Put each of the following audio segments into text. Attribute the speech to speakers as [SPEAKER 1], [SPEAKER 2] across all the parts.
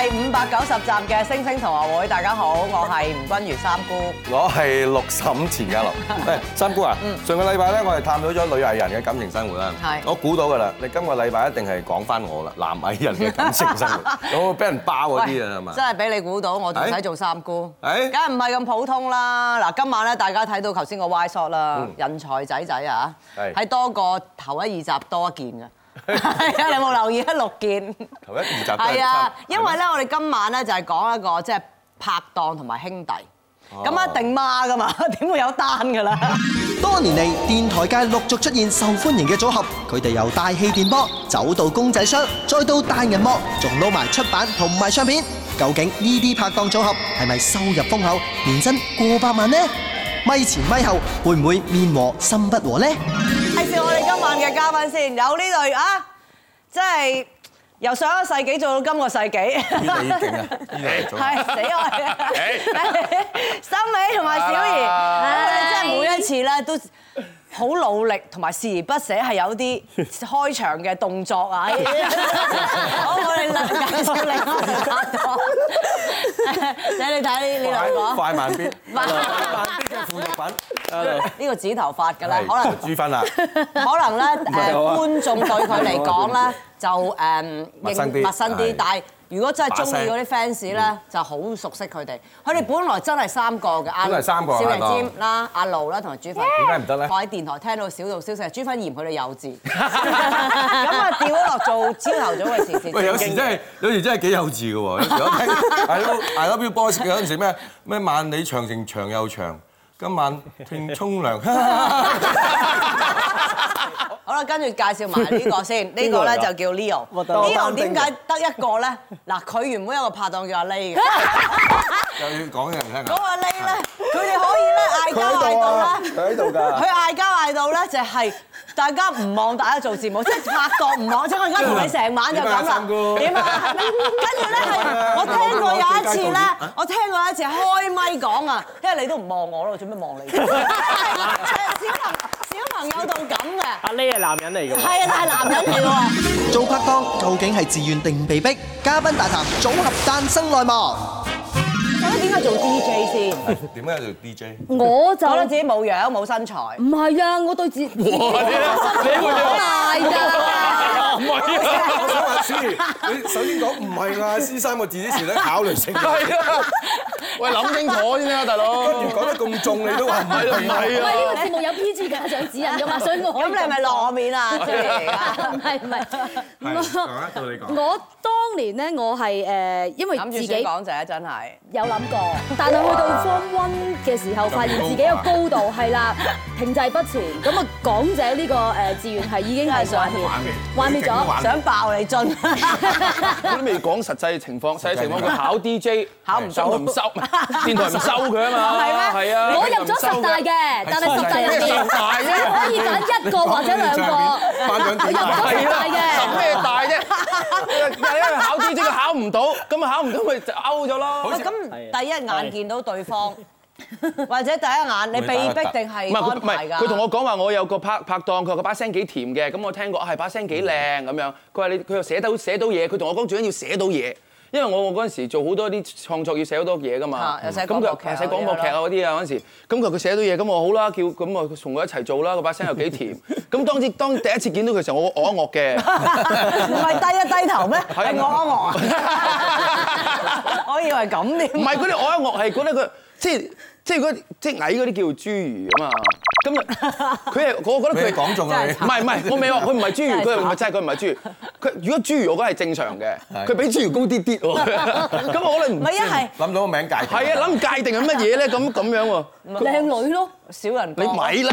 [SPEAKER 1] 十集嘅星星同學會，大家好，我係吳君如三姑。
[SPEAKER 2] 我係六嬸錢 家樂。喂，三姑啊，上個禮拜咧，我哋探討咗女藝人嘅感情生活啦。
[SPEAKER 1] 係
[SPEAKER 2] 我估到㗎啦，你今個禮拜一定係講翻我啦，男藝人嘅感情 生活，我俾人包嗰啲啊，係嘛？
[SPEAKER 1] 真係俾你估到，我仲使做三姑，
[SPEAKER 2] 哎
[SPEAKER 1] 梗係唔係咁普通啦。嗱，今晚咧大家睇到頭先個 Y shot 啦，人才仔仔啊，
[SPEAKER 2] 係
[SPEAKER 1] 係多過頭一二集多一 件嘅。係啊，你有冇留意啊？六件。
[SPEAKER 2] 頭一二集都
[SPEAKER 1] 係啊
[SPEAKER 2] 差，
[SPEAKER 1] 因為咧，我哋今晚咧就係講一個即係拍檔同埋兄弟。咁一定孖噶嘛， 點會有單㗎啦？
[SPEAKER 3] 多年嚟，電台界陸續出現受歡迎嘅組合，佢哋由大氣電波走到公仔箱，再到大銀幕，仲撈埋出版同埋唱片。究竟呢啲拍檔組合係咪收入豐厚，年薪過百萬呢？咪前咪後，會唔會面和心不和呢？
[SPEAKER 1] 介紹我哋今晚嘅嘉賓先，有呢對啊，即係由上一個世紀做到今個世紀，
[SPEAKER 2] 呢個已經啊，呢個係早
[SPEAKER 1] 係死我哋啊！森美同埋小儀，
[SPEAKER 2] 啊
[SPEAKER 1] 咁佢哋真係每一次咧都好努力，同埋視而不捨，係有啲開場嘅動作啊！ 好，我哋介紹另外一個拍檔， 你你睇呢兩個，
[SPEAKER 2] 快 慢必，
[SPEAKER 1] 快
[SPEAKER 2] 快慢必嘅附 屬品，
[SPEAKER 1] 呢個紫頭髮㗎啦，可
[SPEAKER 2] 係
[SPEAKER 1] 能。
[SPEAKER 2] 朱芬 啊，
[SPEAKER 1] 可能咧誒
[SPEAKER 2] 係好啊
[SPEAKER 1] 觀眾對佢嚟講 咧就誒
[SPEAKER 2] 陌生啲
[SPEAKER 1] 陌生啲
[SPEAKER 2] 係，
[SPEAKER 1] 但係如果真係中意
[SPEAKER 2] 把
[SPEAKER 1] 嗰啲 fans 咧，就好熟悉佢哋。佢哋本來真係三個嘅，阿
[SPEAKER 2] 嗯本來三個
[SPEAKER 1] 小
[SPEAKER 2] 係嘛
[SPEAKER 1] 人尖啦、阿盧啦同埋朱芬。
[SPEAKER 2] 點解唔得咧
[SPEAKER 1] 我喺電台聽到小道消息，朱芬嫌佢哋 幼稚，咁啊掉咗落做朝頭早嘅時事。
[SPEAKER 2] 喂，有時真係有時真係幾幼稚嘅喎。有時我聽 I love I love you boys 嗰陣時咩咩萬里長城長又長，今晚聽沖涼。
[SPEAKER 1] 好啦，跟住介紹埋呢 個先，呢個咧就叫 Leo。Leo 點解得一個咧？嗱，佢原本有個拍檔叫阿 Lay 嘅。
[SPEAKER 2] 又要講人聽
[SPEAKER 1] 嗰
[SPEAKER 2] 啊！
[SPEAKER 1] 個 Lay 咧，佢哋可以咧嗌交嗌到咧，
[SPEAKER 2] 佢喺度
[SPEAKER 1] 佢
[SPEAKER 2] 㗎。
[SPEAKER 1] 嗌交嗌到咧就係大家唔望大家做節目，即係拍檔唔望，即係我而家同你成晚就咁
[SPEAKER 2] 點
[SPEAKER 1] 啦
[SPEAKER 2] 啊三，姑啊
[SPEAKER 1] 點啊？跟住咧 係我聽過有一次咧，我聽過有一次開咪講啊，因為你都唔望我咯，做咩望你？即係小朋小朋友到咁嘅，
[SPEAKER 4] 阿 Lay 係男人嚟㗎喎，
[SPEAKER 1] 係啊，但係男人嚟喎。
[SPEAKER 3] 做拍檔究竟係自願定被逼？嘉賓大談組合誕生內幕。
[SPEAKER 1] 咁你點解做 DJ 先？
[SPEAKER 2] 點解做 DJ？
[SPEAKER 5] 我就
[SPEAKER 1] 覺得自己冇樣冇身材。
[SPEAKER 5] 唔係啊，我對自己好大 㗎，
[SPEAKER 2] 我想話思怡，你首先講唔係啊，思三個字之前咧考慮成，
[SPEAKER 6] 係啊！喂，諗清楚先啦，大佬。
[SPEAKER 2] 跟住講得咁重，你都話唔係
[SPEAKER 6] 唔係
[SPEAKER 5] 喂，
[SPEAKER 6] 啊！
[SPEAKER 5] 呢個節目有 PG 家長指引㗎嘛，所以我可以
[SPEAKER 1] 咁你係咪
[SPEAKER 5] 咁
[SPEAKER 1] 落
[SPEAKER 5] 講
[SPEAKER 1] 我 面啊？即係而家
[SPEAKER 5] 唔係唔係，
[SPEAKER 2] 啊，到你講。
[SPEAKER 5] 我當年咧，我係誒，因為
[SPEAKER 1] 諗
[SPEAKER 5] 自己
[SPEAKER 1] 住先講啫，真係。
[SPEAKER 5] 有諗過，但係去到 Form One 嘅時候，發現自己嘅高度係啦停滯不前，咁啊港姐呢個誒志願係已經係幻滅，幻滅咗。
[SPEAKER 1] 想爆你樽，
[SPEAKER 6] 佢都未講實際情況，實際情況佢考 DJ
[SPEAKER 1] 考唔到
[SPEAKER 6] 上台唔收，電台唔收佢啊嘛。
[SPEAKER 1] 係咩
[SPEAKER 6] 係啊，
[SPEAKER 5] 我入咗十大嘅，但係十大入
[SPEAKER 6] 咩
[SPEAKER 5] 面
[SPEAKER 6] 十大啫
[SPEAKER 5] 可以揀一個或者兩個。
[SPEAKER 2] 頒獎典禮
[SPEAKER 5] 我入咗
[SPEAKER 6] 係
[SPEAKER 5] 十
[SPEAKER 6] 啦
[SPEAKER 5] 大，嘅。
[SPEAKER 6] 咩大啫？因為考 DJ 佢考唔到，咁啊考唔到咪就 out 咗咯。
[SPEAKER 1] 喂咁第一眼見到 對方，或者第一眼你被逼定
[SPEAKER 6] 唔係
[SPEAKER 1] 係
[SPEAKER 6] 佢
[SPEAKER 1] 安
[SPEAKER 6] 唔係
[SPEAKER 1] 排㗎？
[SPEAKER 6] 佢同我講話，我有個拍拍檔，佢話佢把聲幾甜嘅，咁我聽過，啊係把聲幾靚
[SPEAKER 1] 嗯
[SPEAKER 6] 咁樣。佢話你佢又寫到寫到嘢，佢同我講最緊要寫到嘢，因為我我嗰陣時做好多啲創作要寫好多嘢噶嘛
[SPEAKER 1] 啊。又寫
[SPEAKER 6] 咁
[SPEAKER 1] 廣播劇
[SPEAKER 6] 佢
[SPEAKER 1] 啊
[SPEAKER 6] 寫廣播劇啊嗰啲啊嗰陣時，咁佢佢寫到嘢，咁我好啦，叫咁我同佢一齊做啦，佢把聲又幾甜。咁當時當第一次見到佢嘅時候，我我一惡嘅。
[SPEAKER 1] 唔係低一低頭 咩？
[SPEAKER 6] 啊
[SPEAKER 1] 係我我啊！我以為咁
[SPEAKER 6] 唔
[SPEAKER 1] 添。
[SPEAKER 6] 係嗰啲我一樂係覺得佢即係即係嗰即係矮嗰啲叫侏儒啊嘛。咁啊，佢係 我覺
[SPEAKER 2] 俾
[SPEAKER 6] 得佢
[SPEAKER 2] 你講中啊啦，你
[SPEAKER 6] 唔係唔係，我未話佢唔係侏儒，
[SPEAKER 1] 真係
[SPEAKER 6] 佢唔係真係佢唔係侏儒。佢如果侏儒，我覺得係正常嘅，佢比侏儒高啲啲喎。咁我可能
[SPEAKER 1] 唔
[SPEAKER 6] 唔
[SPEAKER 1] 係一啊 係
[SPEAKER 2] 諗到個名界。
[SPEAKER 6] 係啊，諗界定係乜嘢咧？咁咁樣喎，
[SPEAKER 5] 靚女咯，
[SPEAKER 1] 小人
[SPEAKER 6] 你
[SPEAKER 1] 國
[SPEAKER 6] 咪啦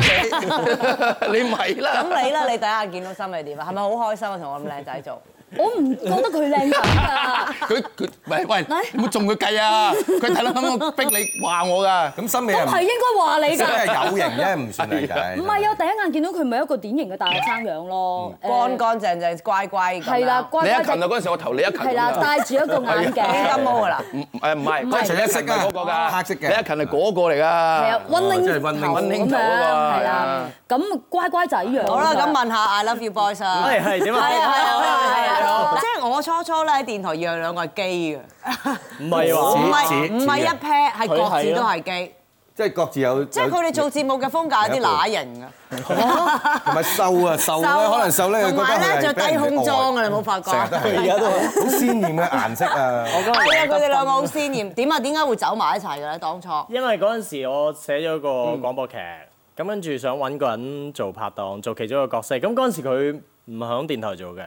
[SPEAKER 6] 你， 你咪啦。
[SPEAKER 1] 咁你啊咧，你第一眼見到心係點啊？係咪好開心啊？同我咁靚仔做，
[SPEAKER 5] 我唔覺得佢靚仔啊！
[SPEAKER 6] 佢佢喂喂，你冇中佢計啊！佢睇到咁我逼你話我㗎。
[SPEAKER 2] 咁心理
[SPEAKER 5] 都
[SPEAKER 2] 係唔
[SPEAKER 5] 係應該話你
[SPEAKER 2] 真係
[SPEAKER 5] 㗎。
[SPEAKER 2] 有型啫，唔算係計。
[SPEAKER 5] 唔係啊，第一眼見到佢咪一個典型嘅大學生樣咯。
[SPEAKER 1] 乾乾淨淨、乖乖咁樣。
[SPEAKER 5] 係啦，
[SPEAKER 6] 你
[SPEAKER 5] 乖
[SPEAKER 6] 一
[SPEAKER 5] 乖
[SPEAKER 6] 勤啊
[SPEAKER 5] 地
[SPEAKER 6] 嗰陣時，我投你一勤。
[SPEAKER 5] 係啦，戴住一個眼
[SPEAKER 1] 已經金
[SPEAKER 5] 鏡，
[SPEAKER 1] 毛㗎啦。
[SPEAKER 6] 唔誒唔係，
[SPEAKER 5] 唔係
[SPEAKER 6] 嗰陣時你一勤係嗰個㗎，
[SPEAKER 2] 黑色嘅
[SPEAKER 6] 你一勤係嗰個嚟
[SPEAKER 5] 係
[SPEAKER 6] 㗎
[SPEAKER 5] 啊。，温
[SPEAKER 2] 哦
[SPEAKER 5] 馨
[SPEAKER 2] 即係溫馨
[SPEAKER 5] 頭
[SPEAKER 6] 溫
[SPEAKER 5] 咁
[SPEAKER 6] 馨頭
[SPEAKER 5] 樣，
[SPEAKER 6] 嗰個
[SPEAKER 5] 係
[SPEAKER 6] 係
[SPEAKER 5] 啦
[SPEAKER 6] 啊。
[SPEAKER 5] 咁乖乖仔樣。
[SPEAKER 1] 好啦，咁問下 I Love You Boys 啊。
[SPEAKER 4] 係係點
[SPEAKER 1] 係啊
[SPEAKER 4] 啊？
[SPEAKER 1] 係啊係啊係啊！係咯，即係我初初咧喺電台養兩個係機嘅，
[SPEAKER 4] 唔係
[SPEAKER 1] 唔
[SPEAKER 4] 話
[SPEAKER 1] 係唔係一 pair，係各自都係機，
[SPEAKER 2] 即係各自有，
[SPEAKER 1] 即係佢哋做節目嘅風格有啲乸型 嘅。
[SPEAKER 2] 同埋瘦啊瘦咧，可能瘦咧，佢覺
[SPEAKER 1] 同埋咧
[SPEAKER 2] 得佢
[SPEAKER 1] 着
[SPEAKER 2] 係俾
[SPEAKER 1] 低
[SPEAKER 2] 人哋
[SPEAKER 1] 胸裝
[SPEAKER 2] 愛
[SPEAKER 1] 啊，你冇發覺？
[SPEAKER 2] 成日都係而家都好鮮豔嘅顏色啊！
[SPEAKER 1] 係啊，佢哋兩個好鮮豔。點啊？點解會走埋一齊嘅咧？當初
[SPEAKER 4] 因為嗰陣時我寫咗個廣播劇，咁跟住想揾個人做拍檔，做其中一個角色。咁嗰陣時佢唔響電台做嘅，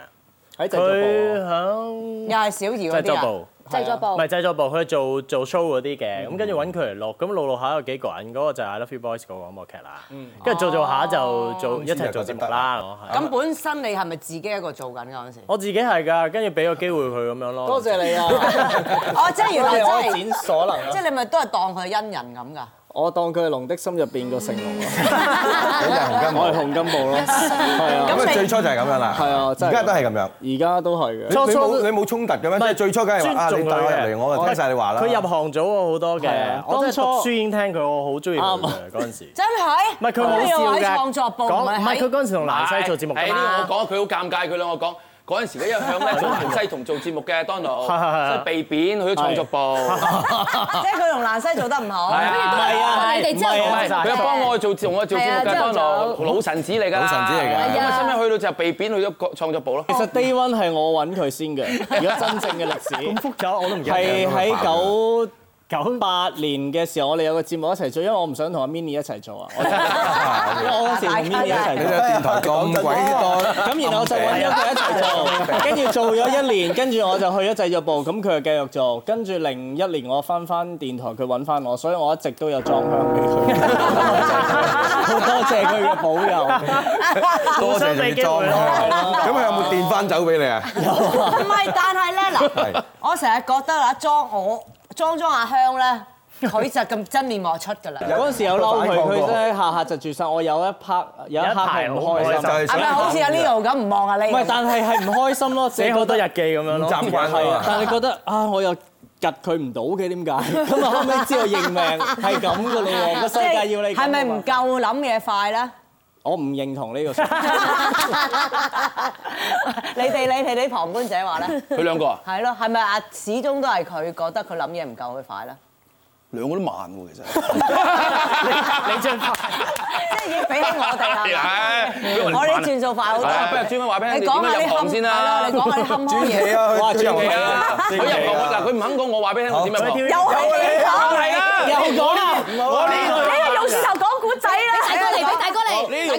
[SPEAKER 7] 喺製
[SPEAKER 4] 佢
[SPEAKER 7] 作
[SPEAKER 4] 響
[SPEAKER 1] 又係小儀嗰
[SPEAKER 4] 製
[SPEAKER 1] 啲
[SPEAKER 4] 作
[SPEAKER 1] 啊。
[SPEAKER 4] 部。
[SPEAKER 5] 製作部
[SPEAKER 4] 唔係製作部，佢做做 show 嗰啲嘅，咁跟住揾佢嚟錄，咁錄錄下有幾個人，嗰、個就係 I Love You Boys 嗰個廣播劇啦，跟住做做下就做一齊做節目啦，我係
[SPEAKER 1] 咁本身你係咪自己一個做緊㗎嗰陣時？
[SPEAKER 4] 我自己係㗎，跟住俾個機會佢咁樣咯。
[SPEAKER 7] 播。多謝你啊！
[SPEAKER 1] 哦，即係原來
[SPEAKER 7] 多謝我
[SPEAKER 1] 真係，
[SPEAKER 7] 展所能
[SPEAKER 1] 即
[SPEAKER 7] 啊！
[SPEAKER 1] 係你咪都係當佢係恩人咁㗎。
[SPEAKER 7] 我當佢係龍的心入邊個成龍咯，
[SPEAKER 2] 咁就係紅金
[SPEAKER 7] 我係
[SPEAKER 2] 寶。
[SPEAKER 7] 洪金寶咯，係啊，
[SPEAKER 2] 咁啊，最初就係咁樣啦。
[SPEAKER 7] 係啊真
[SPEAKER 2] 而
[SPEAKER 7] 係
[SPEAKER 2] 家都係咁
[SPEAKER 7] 而
[SPEAKER 2] 樣。
[SPEAKER 7] 家都係
[SPEAKER 2] 你
[SPEAKER 7] 嘅。
[SPEAKER 2] 你冇你冇衝突嘅咩？即係最初梗係話啊，
[SPEAKER 4] 尊
[SPEAKER 2] 你
[SPEAKER 4] 重
[SPEAKER 2] 帶我
[SPEAKER 4] 佢嘅
[SPEAKER 2] 入嚟，我就聽晒你話啦。
[SPEAKER 4] 佢入行早我好多
[SPEAKER 7] 係啊
[SPEAKER 4] 嘅，我真係讀書已經聽佢，我好中意佢
[SPEAKER 2] 啊
[SPEAKER 4] 嘅嗰陣時。
[SPEAKER 1] 真係？
[SPEAKER 4] 唔係佢好笑
[SPEAKER 1] 咁你又
[SPEAKER 4] 㗎，
[SPEAKER 1] 喺創作部，
[SPEAKER 4] 講
[SPEAKER 1] 唔係
[SPEAKER 4] 唔係佢
[SPEAKER 1] 喺
[SPEAKER 4] 嗰陣時同蘭西做節目㗎
[SPEAKER 6] 係呢
[SPEAKER 4] 嘛
[SPEAKER 6] 個。我講，佢好尷尬，佢兩個講。嗰陣時咧，因為 向咧做蘭西同做節目嘅 Donald，
[SPEAKER 4] 係係係
[SPEAKER 6] 所以被貶去咗創作部。
[SPEAKER 1] 即係佢同蘭西做得唔好。
[SPEAKER 6] 係啊
[SPEAKER 7] à?
[SPEAKER 4] 係啊
[SPEAKER 5] 你哋之後
[SPEAKER 4] 唔係
[SPEAKER 6] 唔
[SPEAKER 4] 啊
[SPEAKER 6] 係，佢又幫我做節目，我做節目
[SPEAKER 5] 係啊
[SPEAKER 6] 嘅
[SPEAKER 5] 朝頭
[SPEAKER 6] Donald，
[SPEAKER 5] 早
[SPEAKER 6] 老神子嚟㗎啦。
[SPEAKER 2] 老神子嚟㗎
[SPEAKER 6] 咁
[SPEAKER 5] 係啊
[SPEAKER 6] 啊，後尾去到就被貶去咗創作部咯
[SPEAKER 7] 其。實 Day One 係我揾佢先嘅，如果真正嘅歷 史
[SPEAKER 4] 咁。複咗我都唔記得。
[SPEAKER 7] 係喺
[SPEAKER 2] 啊九
[SPEAKER 7] 九九八年嘅時候，我哋有個節目一齊做，因為我唔想同阿 Mini 一齊做啊，我真 係因為我嗰時同 Mini 一齊
[SPEAKER 2] 你
[SPEAKER 7] 做
[SPEAKER 2] 哋。電台咁鬼多。
[SPEAKER 7] 咁然後我就揾咗佢一齊做，跟住做咗一年，跟住我就去咗製作部，咁佢就繼續做，跟住零一年我翻翻電台，佢揾翻我，所以我一直都有裝香俾佢，好多謝佢嘅保佑。
[SPEAKER 2] 多謝你裝開，咁佢有冇電翻走俾你啊？
[SPEAKER 1] 唔係，但係咧嗱
[SPEAKER 2] 係，
[SPEAKER 1] 我成日覺得啦，裝我裝裝阿香咧，佢就咁真面目出㗎啦。
[SPEAKER 7] 嗰陣時有嬲佢，佢真係下下窒住晒。我有一 part 有一
[SPEAKER 4] 有一
[SPEAKER 7] part
[SPEAKER 4] 排
[SPEAKER 7] 係唔
[SPEAKER 4] 好
[SPEAKER 7] 開
[SPEAKER 4] 開
[SPEAKER 7] 心
[SPEAKER 4] 心，
[SPEAKER 2] dạ.
[SPEAKER 1] 係咪好似阿 Leo 咁唔望啊你？
[SPEAKER 7] 唔係，但係係唔開心咯，
[SPEAKER 4] 寫好多日
[SPEAKER 7] 人
[SPEAKER 4] 記咁樣咯。
[SPEAKER 2] 習慣
[SPEAKER 7] 係啊，
[SPEAKER 2] 啊
[SPEAKER 7] 但係覺得啊，我又夾佢唔到嘅點解？咁啊後尾知道認命係咁噶咯喎，個世界要你咁㗎嘛
[SPEAKER 1] 係咪唔夠諗嘢快咧？
[SPEAKER 7] 我唔認同呢個說法。
[SPEAKER 1] 你哋你哋啲旁觀者話咧，
[SPEAKER 6] 佢兩個啊，
[SPEAKER 1] 係咯，係咪啊？始終都係佢覺得佢諗嘢唔夠佢快咧，
[SPEAKER 6] 兩個都慢喎，其實。
[SPEAKER 4] 你張
[SPEAKER 1] 即係已經比起我哋係咪？
[SPEAKER 6] 係啊
[SPEAKER 1] 我哋轉數快好多。
[SPEAKER 6] 係啊不如專門話俾
[SPEAKER 1] 你
[SPEAKER 6] 你哋
[SPEAKER 1] 講下
[SPEAKER 6] 點樣
[SPEAKER 1] 啲
[SPEAKER 6] 入行
[SPEAKER 1] 坎
[SPEAKER 6] 先啦
[SPEAKER 1] 係咯你講下啲坎坷嘢。
[SPEAKER 7] 哇
[SPEAKER 2] 佢
[SPEAKER 7] 轉
[SPEAKER 2] 入
[SPEAKER 7] 嚟
[SPEAKER 6] 係
[SPEAKER 2] 行，
[SPEAKER 6] 啊，佢入行我嗱，佢唔肯講，我話俾你聽我點入行。
[SPEAKER 1] 又係你講，
[SPEAKER 6] 係啊，
[SPEAKER 7] 又講啦，我呢
[SPEAKER 1] 你個勇士頭講古仔啦，
[SPEAKER 5] 大哥嚟，俾大哥嚟，
[SPEAKER 6] 呢個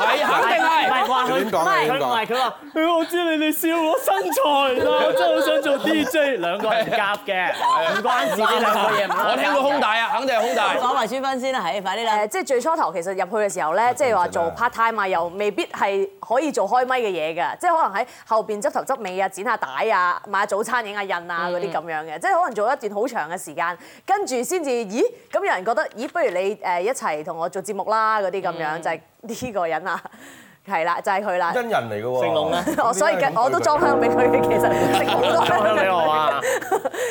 [SPEAKER 6] 係肯定
[SPEAKER 4] 唔
[SPEAKER 6] 係。
[SPEAKER 4] 係話佢
[SPEAKER 2] 點講啊點
[SPEAKER 4] 佢唔
[SPEAKER 2] 講
[SPEAKER 4] 係佢話，
[SPEAKER 7] Ừ,
[SPEAKER 4] 佢我知你哋笑我身材啦，我真係好想做 DJ，兩個人夾嘅，唔關事呢兩個嘢唔
[SPEAKER 6] 我
[SPEAKER 4] 啱。
[SPEAKER 6] 聽到胸大啊，肯定係 胸大。
[SPEAKER 1] 講埋書分先啦，係快啲啦。
[SPEAKER 8] 誒，即係最初頭其實入去嘅時候咧，即係話做 part time 啊，又未必係可以做開咪嘅嘢嘅，即係可能喺後邊執頭執尾啊、剪下帶啊、買下早餐、影下印啊
[SPEAKER 1] 嗯
[SPEAKER 8] 嗰啲咁樣嘅，即係可能做一段好長嘅時間，跟住先至咦咁有人覺得咦，不如你誒一齊同我做節目啦嗰啲咁
[SPEAKER 1] 嗯
[SPEAKER 8] 樣，就係呢個人啊， 係啦，就係佢啦。
[SPEAKER 2] 真人嚟嘅喎。成龍咧，
[SPEAKER 8] 我 所以嘅我都裝
[SPEAKER 2] 啊
[SPEAKER 8] 香俾佢 嘅，其實食好多
[SPEAKER 4] 香俾我 啊！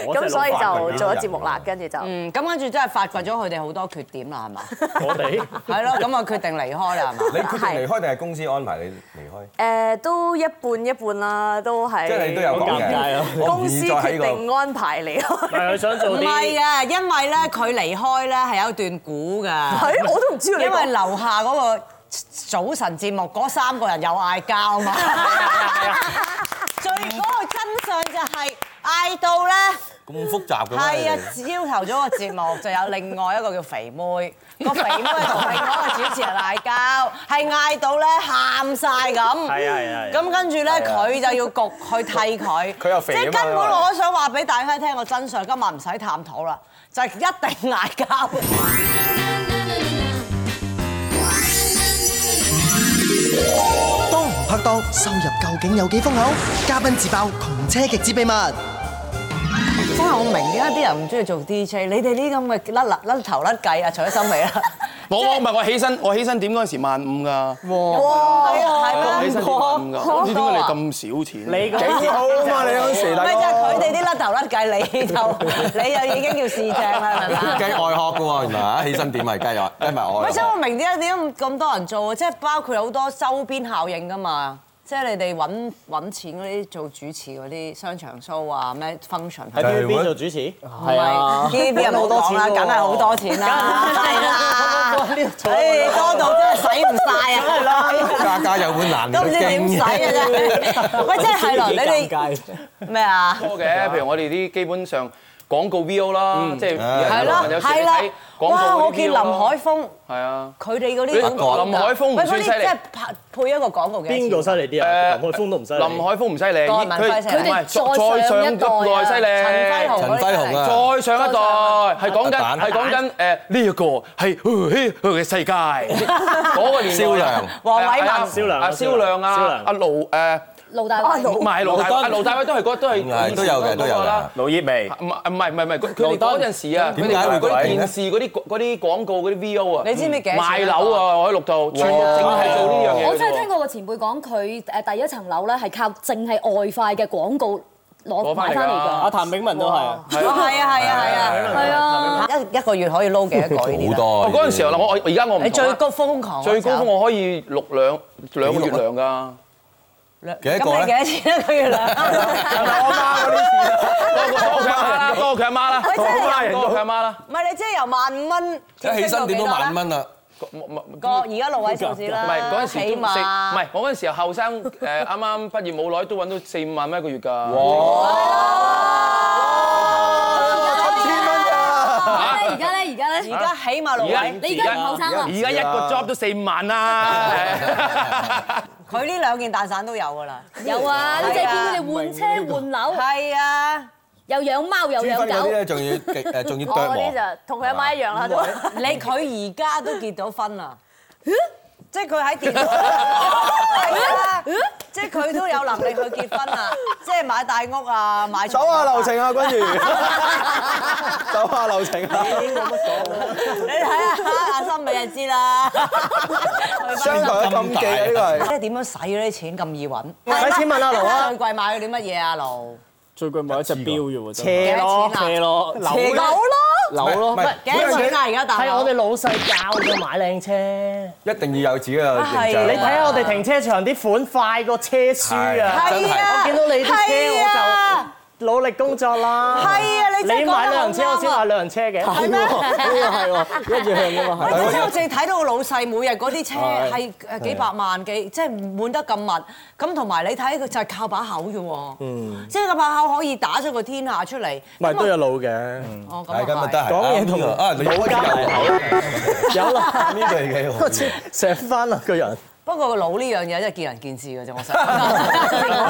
[SPEAKER 4] 我真係
[SPEAKER 8] 咁所以
[SPEAKER 4] 老
[SPEAKER 8] 就
[SPEAKER 2] 啊
[SPEAKER 4] 闆
[SPEAKER 8] 做咗節目啦，跟住就。
[SPEAKER 1] 嗯，咁跟住真係發掘咗佢哋好多缺點啦，係嘛？
[SPEAKER 4] 我哋
[SPEAKER 1] 係咯，咁啊決定離開啦，係嘛？
[SPEAKER 2] 你決定離開定係公司安排你離開？
[SPEAKER 8] 誒都一半一半啦，都係。
[SPEAKER 2] 即係你都有講
[SPEAKER 7] 尷尬啊
[SPEAKER 2] 嘅。
[SPEAKER 8] 公司決定安排 你
[SPEAKER 4] 唔係佢想做
[SPEAKER 1] 唔係
[SPEAKER 4] 啲
[SPEAKER 1] 嘅，因為咧佢離開咧係有一段估 㗎，
[SPEAKER 8] 係哎我都唔知道你
[SPEAKER 1] 因為
[SPEAKER 8] 講。
[SPEAKER 1] 樓下嗰個早晨節目嗰三個人有嗌交 啊嘛。最嗰個真相就係嗌到咧，
[SPEAKER 2] 咁複雜嘅
[SPEAKER 1] 係
[SPEAKER 2] 咩
[SPEAKER 1] 啊，？朝頭早個節目就有另外一個叫肥妹，個肥妹同另外一個主持人嗌交，係嗌到咧喊晒咁。
[SPEAKER 4] 係啊係啊係啊
[SPEAKER 1] 咁跟住咧，佢就要焗去替佢。
[SPEAKER 2] 佢又肥
[SPEAKER 1] 即係
[SPEAKER 2] 啊嘛
[SPEAKER 1] 根本我都想話俾大家聽個真相，今日唔使探討啦，就係一定嗌交。
[SPEAKER 3] 當紅拍檔收入究竟有幾豐厚？嘉賓自爆窮車極之秘密。
[SPEAKER 1] 真係我明點解啲人唔中意做 DJ，你哋呢啲咁嘅甩甩甩頭甩計啊，除咗心尾啦，
[SPEAKER 6] 我我唔係我起身，我起身點嗰陣時萬五㗎，
[SPEAKER 1] 哇， 係啊
[SPEAKER 6] 我起
[SPEAKER 1] 咩？
[SPEAKER 6] 身點萬五
[SPEAKER 1] 哦
[SPEAKER 6] 㗎，唔知點解你咁少錢？
[SPEAKER 4] 你個
[SPEAKER 2] 好啊嘛，你嗰時大
[SPEAKER 1] 咪就係
[SPEAKER 2] 佬
[SPEAKER 1] 佢哋啲甩頭甩計，你就你又已經叫市正啦，係咪？
[SPEAKER 2] 計外殼嘅喎，原來啊起身點啊，而家又因為
[SPEAKER 1] 咪
[SPEAKER 2] 我
[SPEAKER 1] 所以我明點解點解咁多人做啊？即係包括好多周邊效應噶嘛。即係你哋揾揾錢嗰啲做主持嗰啲商場 show 啊，咩 function
[SPEAKER 4] 喺
[SPEAKER 1] 係
[SPEAKER 2] 係
[SPEAKER 4] TVB
[SPEAKER 2] 喎
[SPEAKER 4] 做主持，
[SPEAKER 7] 係
[SPEAKER 1] à.
[SPEAKER 7] 啊，
[SPEAKER 1] TVB 又冇講
[SPEAKER 7] 好多
[SPEAKER 1] 啦，
[SPEAKER 7] 錢喎
[SPEAKER 1] 梗係好多錢啦，係啦，
[SPEAKER 7] 做
[SPEAKER 1] 誒多到真係使唔晒啊！係啦，
[SPEAKER 2] 家家有本難
[SPEAKER 1] 都唔知點使啊
[SPEAKER 2] 嘅
[SPEAKER 1] 真係。喂，即係係咯，你哋咩啊？
[SPEAKER 6] 多嘅，譬如我哋啲基本上廣告 VO 啦，即係
[SPEAKER 1] 係咯，
[SPEAKER 6] 有時你
[SPEAKER 1] 係啦
[SPEAKER 6] 睇，廣
[SPEAKER 1] 哇！
[SPEAKER 6] 告
[SPEAKER 1] 我
[SPEAKER 6] 嗰啲
[SPEAKER 1] 見
[SPEAKER 6] VO
[SPEAKER 1] 林海峰。
[SPEAKER 6] 係啊，
[SPEAKER 1] 佢哋嗰啲
[SPEAKER 6] 你
[SPEAKER 1] 廣告
[SPEAKER 6] 林海峰唔
[SPEAKER 1] 喂
[SPEAKER 6] 算犀
[SPEAKER 1] 嗰啲
[SPEAKER 6] 利
[SPEAKER 1] 即係拍配一個廣告嘅
[SPEAKER 4] 邊個犀利啲
[SPEAKER 7] à?
[SPEAKER 4] 啊？林海峰都唔犀利。
[SPEAKER 6] 林海峰唔犀利，
[SPEAKER 1] 郭文輝
[SPEAKER 6] 佢
[SPEAKER 1] 犀利
[SPEAKER 6] 唔係
[SPEAKER 5] 佢哋
[SPEAKER 6] 再
[SPEAKER 5] 再上
[SPEAKER 6] 上
[SPEAKER 5] 一代啊
[SPEAKER 6] 代犀
[SPEAKER 1] 陳輝
[SPEAKER 6] 利。
[SPEAKER 1] 雄
[SPEAKER 2] 陳輝雄啊
[SPEAKER 6] 再上一代係講
[SPEAKER 2] 蛋
[SPEAKER 6] 緊係講緊誒呢一個係佢嘅世界，嗰個年代
[SPEAKER 2] 蕭良
[SPEAKER 1] 黃偉文
[SPEAKER 6] 係啊
[SPEAKER 4] 蕭良
[SPEAKER 6] 啊蕭良
[SPEAKER 4] 蕭
[SPEAKER 6] 啊
[SPEAKER 4] 良
[SPEAKER 6] 阿盧誒
[SPEAKER 5] 盧大偉。
[SPEAKER 6] 唔係盧大阿盧大偉都係嗰都係
[SPEAKER 7] 嗯
[SPEAKER 2] 係都有嘅都有嘅
[SPEAKER 6] 啦。
[SPEAKER 9] 老葉味，
[SPEAKER 6] 唔係唔係唔係唔係，佢佢哋嗰陣時啊，佢
[SPEAKER 2] 點
[SPEAKER 6] 哋
[SPEAKER 2] 解會
[SPEAKER 6] 嗰
[SPEAKER 2] 咁
[SPEAKER 6] 啲
[SPEAKER 2] 咧
[SPEAKER 6] 電視嗰啲嗰啲廣告嗰啲 VO 啊，
[SPEAKER 1] 你知唔知幾多錢啊
[SPEAKER 6] 賣樓啊？我喺六度，全部淨係做呢樣嘢嘅啫喎。
[SPEAKER 5] 我真係聽過個前輩講，佢誒第一層樓咧係靠淨係外快嘅廣告攞
[SPEAKER 6] 攞返嚟㗎
[SPEAKER 5] 買翻嚟㗎。
[SPEAKER 7] 阿譚炳文都係。
[SPEAKER 1] 係啊係啊係
[SPEAKER 5] 係啊，
[SPEAKER 1] 啊！一一個月可以撈幾多個呢啲
[SPEAKER 2] 好
[SPEAKER 1] 啦？
[SPEAKER 2] 多
[SPEAKER 6] 哦我嗰陣時候啦，我我而家我唔同啦
[SPEAKER 1] 你最高瘋狂嗰時候
[SPEAKER 6] 最高峰我可以錄兩兩個月糧㗎。
[SPEAKER 2] 幾多個
[SPEAKER 1] 咁
[SPEAKER 2] 咧？
[SPEAKER 1] 你幾多錢一個月兩？
[SPEAKER 6] 多過多佢阿媽啦，多過佢阿媽啦，
[SPEAKER 1] 真係有
[SPEAKER 6] 多過佢阿媽啦。
[SPEAKER 1] 唔係你即係由萬五蚊
[SPEAKER 2] 一起身點都
[SPEAKER 1] 啊
[SPEAKER 2] 萬蚊啊啦，
[SPEAKER 1] 個而家六位數字啦，
[SPEAKER 6] 唔係嗰陣時
[SPEAKER 1] 起
[SPEAKER 6] 都四，唔
[SPEAKER 1] 碼
[SPEAKER 6] 係我嗰陣時候後生誒啱啱畢業冇耐都揾到四五萬蚊一個月㗎。
[SPEAKER 1] 啊
[SPEAKER 5] 而家咧，而家咧，
[SPEAKER 1] 而家起碼六
[SPEAKER 6] 而家
[SPEAKER 1] 位。
[SPEAKER 5] 你而家唔後生啦
[SPEAKER 6] 而家一個 job 都四五萬啦。
[SPEAKER 1] 佢呢兩件蛋散都有㗎啦。
[SPEAKER 5] 有啊，你就係見佢哋換車換樓，
[SPEAKER 1] 係啊，
[SPEAKER 5] 又養貓又
[SPEAKER 2] 豬
[SPEAKER 5] 養
[SPEAKER 2] 分嗰啲
[SPEAKER 5] 狗，
[SPEAKER 2] 啊咧，仲要極誒，仲要
[SPEAKER 1] 哦
[SPEAKER 8] 我
[SPEAKER 2] 啄磨。
[SPEAKER 8] 嗰啲就同佢阿媽一樣啦，都
[SPEAKER 1] 你佢而家都結到婚啦。即係佢喺電台，係啊即係佢都有能力去結婚啦，即係買大屋啊，買
[SPEAKER 7] 走下
[SPEAKER 1] Ờ,
[SPEAKER 7] 流程啊，君如，走下流程 啊，
[SPEAKER 1] 你睇下 阿心美就知啦。
[SPEAKER 7] 商台嘅禁忌啊，呢個係。
[SPEAKER 1] 即係點樣使嗰啲錢咁易揾？
[SPEAKER 7] 使錢問阿盧啊
[SPEAKER 1] 最貴買咗啲乜嘢啊？盧
[SPEAKER 7] 最貴買一隻表啫喎，
[SPEAKER 1] 幾
[SPEAKER 7] 車
[SPEAKER 1] 多錢啊
[SPEAKER 7] 車咯，樓
[SPEAKER 1] 樓咯，
[SPEAKER 7] 樓
[SPEAKER 2] 唔
[SPEAKER 7] 咯，
[SPEAKER 2] 係
[SPEAKER 1] 幾多錢啊？而家大
[SPEAKER 4] 係
[SPEAKER 1] 佬
[SPEAKER 4] 我哋老細教佢買靚車。
[SPEAKER 2] 一定要有自己嘅形
[SPEAKER 1] 係
[SPEAKER 2] 象。
[SPEAKER 4] 你
[SPEAKER 2] 啊
[SPEAKER 4] 睇啊下我
[SPEAKER 7] 啊
[SPEAKER 4] 哋停車場啲款快過車書啊！
[SPEAKER 1] 係
[SPEAKER 2] 真係
[SPEAKER 1] 啊，
[SPEAKER 4] 我見到你啲
[SPEAKER 1] 係
[SPEAKER 4] 車
[SPEAKER 1] 啊
[SPEAKER 4] 我就努力工作啦。
[SPEAKER 1] 係啊你真係
[SPEAKER 4] 你
[SPEAKER 1] 講
[SPEAKER 4] 買
[SPEAKER 1] 得
[SPEAKER 4] 兩
[SPEAKER 1] 好
[SPEAKER 4] 輛車，我先
[SPEAKER 1] 啱啊
[SPEAKER 4] 買兩輛車嘅。
[SPEAKER 7] 係喎，呢個係喎，一樣㗎嘛，
[SPEAKER 1] 喂
[SPEAKER 7] 啊係。
[SPEAKER 1] 即係我淨係睇到個老細每日嗰啲車係誒幾百萬幾，即係滿得咁密。咁同埋你睇佢就係靠把口啫喎，即係個把口可以打咗個天下出嚟。
[SPEAKER 4] 唔係都有腦嘅，
[SPEAKER 1] 哦咁啊
[SPEAKER 2] 係今日得閒
[SPEAKER 4] 講嘢
[SPEAKER 2] 啱
[SPEAKER 4] 同
[SPEAKER 2] 呢個啊，你有
[SPEAKER 4] 冇交
[SPEAKER 2] 有
[SPEAKER 4] 有啦，
[SPEAKER 2] 呢句幾 好。
[SPEAKER 4] 成翻啊啦個人。
[SPEAKER 1] 不過個腦呢樣嘢真係見仁見智嘅啫，我想。
[SPEAKER 4] 唔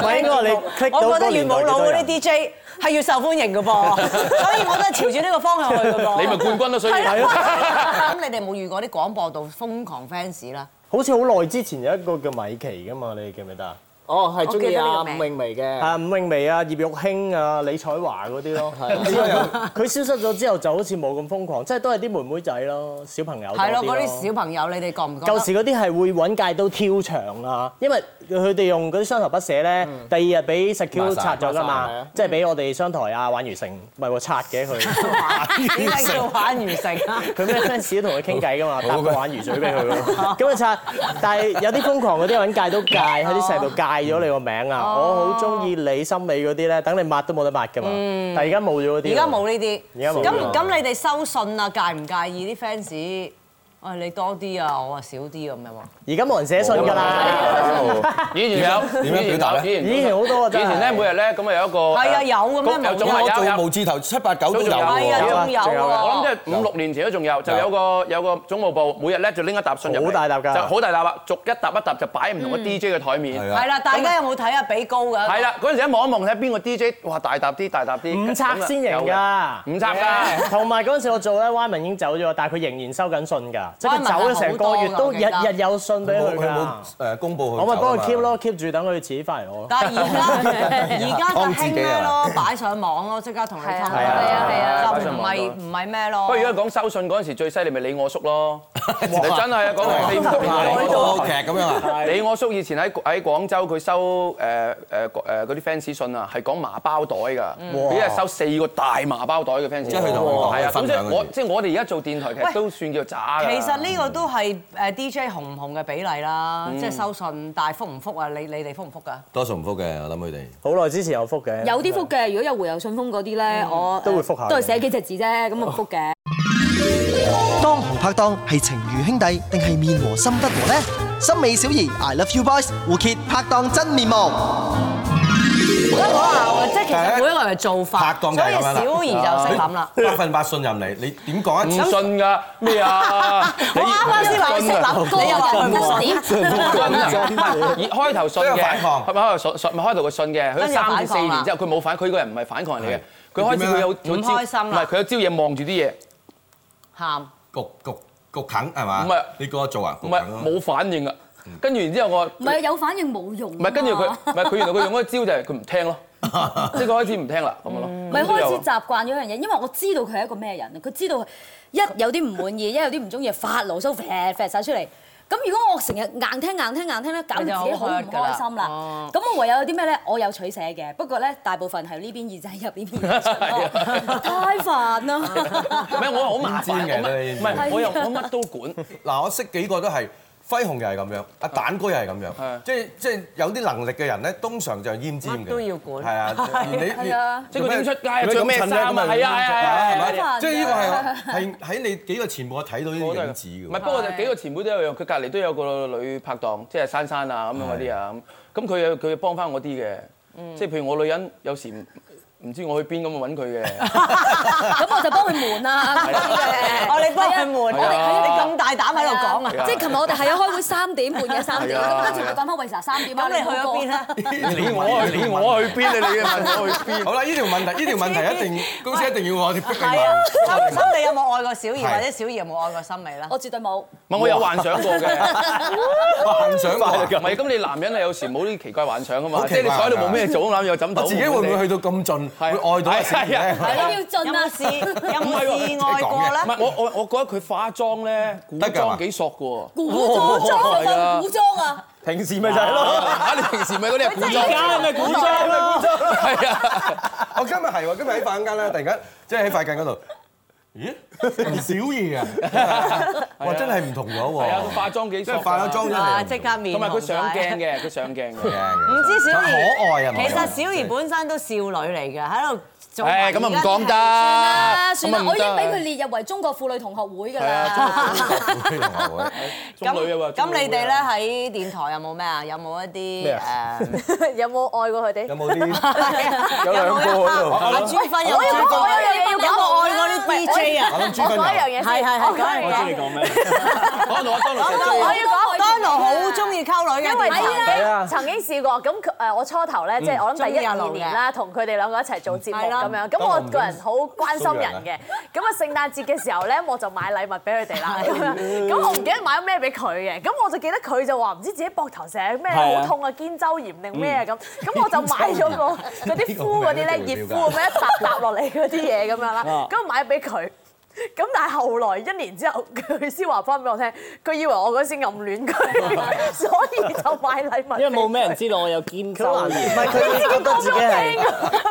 [SPEAKER 4] 係應該話你 click 到 嗰
[SPEAKER 1] 我覺得
[SPEAKER 4] 個
[SPEAKER 1] 越
[SPEAKER 4] 年代
[SPEAKER 1] 冇腦嗰啲
[SPEAKER 4] 幾
[SPEAKER 1] DJ 係越受歡迎嘅噃， 所以我都係朝住呢個方向去嘅噃。
[SPEAKER 6] 你咪冠軍咯，所以
[SPEAKER 1] 係啦。咁你哋有冇遇過啲廣播度瘋狂 fans 啦？
[SPEAKER 4] 好似好耐之前有一個叫米奇噶嘛，你哋記唔記得啊？
[SPEAKER 7] 哦，係中意阿
[SPEAKER 8] 我
[SPEAKER 7] 伍
[SPEAKER 8] 記得呢個
[SPEAKER 7] 詠
[SPEAKER 8] 名
[SPEAKER 7] 薇嘅，
[SPEAKER 4] 啊，伍詠薇啊、葉玉卿啊、李彩華嗰啲咯，
[SPEAKER 7] 啊
[SPEAKER 4] 佢消失咗之後就好似冇咁瘋狂，即係都係啲妹妹仔咯，小朋友多
[SPEAKER 1] 係
[SPEAKER 4] 啲
[SPEAKER 1] 咯，
[SPEAKER 4] 咯
[SPEAKER 1] 嗰啲小朋友你哋覺唔覺得？
[SPEAKER 4] 舊時嗰啲係會揾界刀挑牆啊，因為佢哋用嗰啲雙頭筆寫咧，
[SPEAKER 7] 嗯
[SPEAKER 4] 第二日俾石 Q 拆
[SPEAKER 7] 抹
[SPEAKER 4] 咗噶
[SPEAKER 7] 曬係
[SPEAKER 4] 嘛
[SPEAKER 7] 啊，
[SPEAKER 4] 即係俾我哋商台啊玩魚城，唔係喎拆嘅佢，
[SPEAKER 1] 點解叫玩完 成啊？
[SPEAKER 4] 佢咩 fans 都同佢傾偈噶
[SPEAKER 7] 啊
[SPEAKER 4] 嘛，搭個玩魚水俾佢咯，咁啊拆，但係有啲瘋狂嗰啲揾界刀界喺啲石度界咗你個名
[SPEAKER 1] 哦
[SPEAKER 4] 啊，我好中意你心理嗰啲咧，等你抹都冇得抹噶嘛，但係而家冇咗嗰啲，
[SPEAKER 1] 嗯而家冇，呢啲。
[SPEAKER 4] 而家冇
[SPEAKER 1] 咁咁，你哋收信啊，介唔介意啲 fans？啊，你多啲啊，我啊少啲咁樣喎。
[SPEAKER 4] 而家冇人寫信㗎啦，
[SPEAKER 6] 以前有
[SPEAKER 2] 點樣點樣表達
[SPEAKER 6] 以前有
[SPEAKER 2] 咧
[SPEAKER 4] 以前好多啊，
[SPEAKER 6] 以前咧每日咧咁啊有一個
[SPEAKER 1] 係啊，
[SPEAKER 6] 誒
[SPEAKER 1] 有咁樣
[SPEAKER 6] 有
[SPEAKER 1] 冇
[SPEAKER 6] 種
[SPEAKER 1] 㗎
[SPEAKER 6] 係
[SPEAKER 2] 我
[SPEAKER 6] 有
[SPEAKER 2] 做
[SPEAKER 6] 有
[SPEAKER 2] 無字頭七八九都
[SPEAKER 6] 都
[SPEAKER 2] 有
[SPEAKER 6] 有
[SPEAKER 1] 係
[SPEAKER 2] 喎。
[SPEAKER 1] 啊，仲有
[SPEAKER 4] 仲有啊
[SPEAKER 6] 我諗
[SPEAKER 1] 喎。
[SPEAKER 6] 即係五六年前都仲有，就有個有個總務部，每日咧就拎一沓信入嚟
[SPEAKER 4] 好大沓㗎
[SPEAKER 6] 就好大沓啊，逐一沓一沓就擺唔同
[SPEAKER 1] 嗯
[SPEAKER 6] 嘅 DJ 嘅台面。
[SPEAKER 2] 係啊
[SPEAKER 1] 係啦，大家有冇睇啊？比高㗎。
[SPEAKER 6] 係啦，嗰陣時一望一望睇邊個 DJ，哇大沓啲大沓啲，
[SPEAKER 4] 五拆先贏
[SPEAKER 6] 咁啊！
[SPEAKER 4] 㗎，
[SPEAKER 6] 有嘅五拆㗎
[SPEAKER 4] 同埋嗰陣時我做咧，Y 文已經走咗，但係佢仍然收緊信㗎，即係佢走咗成個月都日日有信俾
[SPEAKER 2] 冇
[SPEAKER 4] 佢
[SPEAKER 2] 佢
[SPEAKER 4] 㗎。
[SPEAKER 2] 冇誒公佈佢。
[SPEAKER 7] 啊
[SPEAKER 4] 我咪幫佢 keep。咯，keep 住等佢遲啲翻嚟我咯。
[SPEAKER 1] 但係而家而家就
[SPEAKER 2] 幫自
[SPEAKER 1] 興
[SPEAKER 2] 己
[SPEAKER 1] 咩
[SPEAKER 2] 啊
[SPEAKER 1] 咯？擺上網咯，即刻同你通
[SPEAKER 8] 係啊
[SPEAKER 1] 就
[SPEAKER 8] 係啊
[SPEAKER 6] 係啊
[SPEAKER 1] 唔係
[SPEAKER 6] 擺上網
[SPEAKER 1] 唔係咩咯？
[SPEAKER 6] 不過如果講收信嗰陣時最犀利咪李我叔咯，真係啊，講嚟飛唔到
[SPEAKER 2] 改到劇咁樣啊？
[SPEAKER 6] 李我叔以前喺喺廣州，佢收誒誒誒嗰啲 fans 信啊，係講麻包袋㗎，佢係收四個大麻包袋嘅 fans，
[SPEAKER 2] 即係佢同我講
[SPEAKER 6] 係啊，咁
[SPEAKER 2] 分
[SPEAKER 6] 即
[SPEAKER 2] 享
[SPEAKER 6] 係
[SPEAKER 2] 嗰
[SPEAKER 6] 我
[SPEAKER 2] 啲
[SPEAKER 6] 即係我哋而家做電台
[SPEAKER 1] 喂
[SPEAKER 6] 劇都算叫渣㗎。
[SPEAKER 1] 其實呢個都係誒 DJ 紅唔紅嘅比例啦，即係收信，但係覆唔覆啊？你你哋覆唔覆㗎？
[SPEAKER 2] 多數唔復嘅，我諗佢哋。
[SPEAKER 4] 好耐之前有覆嘅，
[SPEAKER 5] 有啲覆嘅，如果有回郵信封嗰啲咧，我
[SPEAKER 4] 都會覆下
[SPEAKER 5] 都係寫幾隻字啫，咁啊覆嘅。
[SPEAKER 3] 當紅拍檔係情如兄弟，定係面和心不和呢？森美小儀 I Love You Boys 互揭拍檔真面目。
[SPEAKER 1] 即係其實每一個人嘅做法，
[SPEAKER 2] 拍
[SPEAKER 1] 所
[SPEAKER 2] 檔
[SPEAKER 1] 以
[SPEAKER 2] 就係咁樣啦
[SPEAKER 1] 小儀就識諗啦。
[SPEAKER 2] 你百分百信任你，你點講
[SPEAKER 6] 唔
[SPEAKER 2] 一次？
[SPEAKER 6] 信㗎咩啊？
[SPEAKER 1] 我啱啱先話你識諗， 你又話佢唔
[SPEAKER 6] 唔
[SPEAKER 1] 信。啊
[SPEAKER 6] 係，開頭信
[SPEAKER 2] 啊都
[SPEAKER 6] 嘅，
[SPEAKER 2] 有反抗
[SPEAKER 6] 係咪開頭信信？咪開頭佢信嘅，佢
[SPEAKER 1] 跟住
[SPEAKER 6] 三至
[SPEAKER 1] 反抗啊
[SPEAKER 6] 四
[SPEAKER 1] 啦
[SPEAKER 6] 年之後，佢冇反，佢個人唔係反抗人嚟嘅。
[SPEAKER 2] 係
[SPEAKER 6] 佢開始佢
[SPEAKER 2] 點樣啊咧
[SPEAKER 6] 有
[SPEAKER 1] 唔
[SPEAKER 6] 佢
[SPEAKER 1] 開心
[SPEAKER 6] 唔
[SPEAKER 1] 啦
[SPEAKER 6] 係佢有朝嘢望住啲嘢，
[SPEAKER 1] 喊。
[SPEAKER 2] 焗焗焗啃係嘛？
[SPEAKER 6] 唔係
[SPEAKER 2] 你個做啊？
[SPEAKER 6] 唔
[SPEAKER 2] 焗
[SPEAKER 6] 係
[SPEAKER 2] 啃咯
[SPEAKER 6] 冇反應啊。跟住然之後我
[SPEAKER 5] 唔係有反應冇用。
[SPEAKER 6] 唔係跟住
[SPEAKER 2] 啊
[SPEAKER 6] 佢，唔係佢原來佢用嗰個招就係佢唔 聽咯，即係佢開始唔聽啦咁樣咯。
[SPEAKER 2] 嗯
[SPEAKER 1] 嗯
[SPEAKER 5] 唔係開
[SPEAKER 1] 啊
[SPEAKER 5] 始習慣咗樣嘢，因為我知道佢係一個咩人，啊佢知道一 有啲唔滿意，一有啲唔中意，發牢騷，啡啡晒出嚟。咁如果我成日硬聽硬聽硬聽咧，搞到自己好唔開心
[SPEAKER 1] 哦
[SPEAKER 5] 啦。咁我唯有有啲咩咧？我有取捨嘅，不過咧大部分係呢邊耳仔入呢邊耳 出咯，太煩啦。
[SPEAKER 6] 唔係我好麻煩，啊
[SPEAKER 2] 唔知嘅
[SPEAKER 6] 我乜唔
[SPEAKER 2] 都
[SPEAKER 6] 係我又我乜都管，
[SPEAKER 2] 嗱，我識幾個都係輝紅又係咁樣，阿蛋哥又係咁樣，
[SPEAKER 6] 係
[SPEAKER 2] 即係即係有啲能力嘅人咧，通常就係奄尖嘅，à,
[SPEAKER 1] 乜都要管
[SPEAKER 2] 係啊，你
[SPEAKER 5] 係啊
[SPEAKER 6] 即係佢點出街啊
[SPEAKER 2] 做咩
[SPEAKER 6] 着咩衫啊
[SPEAKER 2] 咁襯咧
[SPEAKER 6] 係啊係啊係啊
[SPEAKER 2] 係咪
[SPEAKER 5] 係啊
[SPEAKER 2] 即係呢個係係喺你幾個前輩睇到呢
[SPEAKER 6] 我
[SPEAKER 2] 啲
[SPEAKER 6] 都係
[SPEAKER 2] 影子
[SPEAKER 6] 唔
[SPEAKER 2] 嘅
[SPEAKER 6] 係，
[SPEAKER 2] 喎。
[SPEAKER 6] 不過就幾個前輩都有樣，佢隔離都有個女拍檔，即係珊珊啊咁樣嗰啲啊咁。咁佢又佢幫翻我啲嘅，
[SPEAKER 5] 嗯
[SPEAKER 6] 即係譬如我女人有時唔唔知我去邊咁，我揾 佢嘅。
[SPEAKER 5] 咁我就幫佢悶啊啦。
[SPEAKER 1] 啊我你幫佢門，我哋你咁大膽喺度講啊！
[SPEAKER 5] 即係琴日我哋係啊開會三點半嘅三點，咁跟住佢講翻喂嗱三點啊，
[SPEAKER 1] 咁你去咗邊
[SPEAKER 5] 咧？
[SPEAKER 1] 咧？
[SPEAKER 6] 你我去你我去邊啊？你問我去邊？
[SPEAKER 2] 好啦，呢條 問題呢條問題一定公司一定要我哋逼你
[SPEAKER 1] 係啊
[SPEAKER 2] 問。，
[SPEAKER 1] 心心你有冇愛過小儀，
[SPEAKER 2] 係
[SPEAKER 1] 或者小儀有冇愛過心美咧？
[SPEAKER 5] 我絕對冇。
[SPEAKER 6] 唔係我有幻想過 嘅，
[SPEAKER 2] 幻 想過啊
[SPEAKER 6] 唔係咁你男人係有時冇啲奇怪幻想啊嘛，
[SPEAKER 2] 好
[SPEAKER 6] 即
[SPEAKER 2] 奇
[SPEAKER 6] 係
[SPEAKER 2] 怪
[SPEAKER 6] 你坐喺度冇咩做，諗又枕
[SPEAKER 2] 我
[SPEAKER 6] 頭。
[SPEAKER 2] 自己會唔會去到咁盡，會愛到一時咧？
[SPEAKER 5] 係咯，要
[SPEAKER 1] 有
[SPEAKER 5] 盡
[SPEAKER 1] 冇
[SPEAKER 5] 啊！
[SPEAKER 1] 試有冇試愛過
[SPEAKER 6] 唔
[SPEAKER 1] 咧？
[SPEAKER 6] 係我我我覺得佢化妝咧，古
[SPEAKER 2] 得㗎嘛
[SPEAKER 6] 裝幾索嘅
[SPEAKER 5] 古
[SPEAKER 6] 哦
[SPEAKER 5] 裝裝啊，古裝啊，
[SPEAKER 4] 平時咪就 係咯，
[SPEAKER 6] 喎。啊嚇！你平時咪嗰啲係古裝
[SPEAKER 7] 而家咪古裝咯，
[SPEAKER 6] 係啊，
[SPEAKER 2] 我今日係喎，今日喺飯間啦，突然間即係喺飯間嗰度，咦？小儀啊，哇！真係唔同咗喎。
[SPEAKER 6] 係啊，佢化妝幾
[SPEAKER 2] 即
[SPEAKER 6] 索
[SPEAKER 2] 係
[SPEAKER 6] 㗎。
[SPEAKER 2] 化咗妝
[SPEAKER 1] 哇！
[SPEAKER 2] 真
[SPEAKER 1] 即
[SPEAKER 2] 係
[SPEAKER 1] 刻面
[SPEAKER 6] 同埋佢上鏡
[SPEAKER 1] 紅晒。
[SPEAKER 6] 嘅，佢上鏡嘅。
[SPEAKER 1] 唔知小
[SPEAKER 2] 佢
[SPEAKER 1] 儀
[SPEAKER 2] 可愛啊
[SPEAKER 1] 其實
[SPEAKER 2] 咪
[SPEAKER 1] 小儀本身都少女嚟嘅，喺度做。
[SPEAKER 6] 誒咁啊唔講得，
[SPEAKER 5] 啊，算
[SPEAKER 6] 咁
[SPEAKER 5] 啦
[SPEAKER 6] 啊，唔
[SPEAKER 5] 我已
[SPEAKER 6] 得
[SPEAKER 5] 經
[SPEAKER 6] 啊
[SPEAKER 5] 俾佢列入為中國婦女同學會㗎
[SPEAKER 6] 係啊中
[SPEAKER 5] 啦。
[SPEAKER 2] 非常好啊
[SPEAKER 1] 咁
[SPEAKER 6] 中女啊嘛
[SPEAKER 1] 咁
[SPEAKER 6] 中女啊
[SPEAKER 1] 你哋咧喺電台有冇咩啊？有冇一啲誒？
[SPEAKER 8] 有冇愛過佢哋？
[SPEAKER 2] 有冇啲
[SPEAKER 1] 有兩個喺度。阿朱芬有冇
[SPEAKER 8] 我要講我有樣嘢要講
[SPEAKER 1] 有冇愛過啲 DJ 啊？
[SPEAKER 2] 我諗朱
[SPEAKER 8] 我
[SPEAKER 2] 芬
[SPEAKER 8] 講一樣
[SPEAKER 2] 有
[SPEAKER 8] 嘢先，
[SPEAKER 1] 係係係
[SPEAKER 8] 我講
[SPEAKER 1] 講一
[SPEAKER 8] 一
[SPEAKER 1] 樣
[SPEAKER 8] 樣
[SPEAKER 1] 嘢
[SPEAKER 8] 嘢。
[SPEAKER 7] 你講咩？
[SPEAKER 6] 當奴啊，當奴食
[SPEAKER 1] 我
[SPEAKER 6] 粥。
[SPEAKER 1] 要講 Donald 好中意溝女嘅，
[SPEAKER 8] 因為
[SPEAKER 1] 點解
[SPEAKER 8] 曾啊經曾經試過，咁佢誒我初頭咧，即係我諗第一
[SPEAKER 1] 嗯中意阿
[SPEAKER 8] 二
[SPEAKER 1] 盧
[SPEAKER 8] 年
[SPEAKER 1] 嘅嗯
[SPEAKER 8] 啦，同佢哋兩個一齊做節目
[SPEAKER 1] 係啦
[SPEAKER 8] 咁樣，咁
[SPEAKER 2] 我
[SPEAKER 8] 我
[SPEAKER 2] 唔
[SPEAKER 8] 個人好關心人
[SPEAKER 2] 中意
[SPEAKER 8] 嘅，咁啊聖誕節嘅時候咧，我就買禮物俾佢 哋啦，咁樣，咁我唔記得買咗咩俾佢嘅，咁我就記得佢就話唔知自己膊頭成日咩
[SPEAKER 7] 係啊
[SPEAKER 8] 好痛啊，肩周炎定咩啊咁，咁我就買咗 個嗰啲敷嗰啲咧
[SPEAKER 2] 呢個名一
[SPEAKER 8] 熱
[SPEAKER 2] 定
[SPEAKER 8] 敷
[SPEAKER 2] 要了
[SPEAKER 8] 咁樣一沓沓落嚟嗰啲嘢咁樣 啦，咁買咗俾佢。咁但係後來一年之後，佢先話翻俾我聽，佢以為我嗰時暗 戀佢，所以就買禮物。
[SPEAKER 7] 因為冇咩人。知道我有肩周
[SPEAKER 4] 唔
[SPEAKER 7] 炎。
[SPEAKER 4] 係佢覺得自己係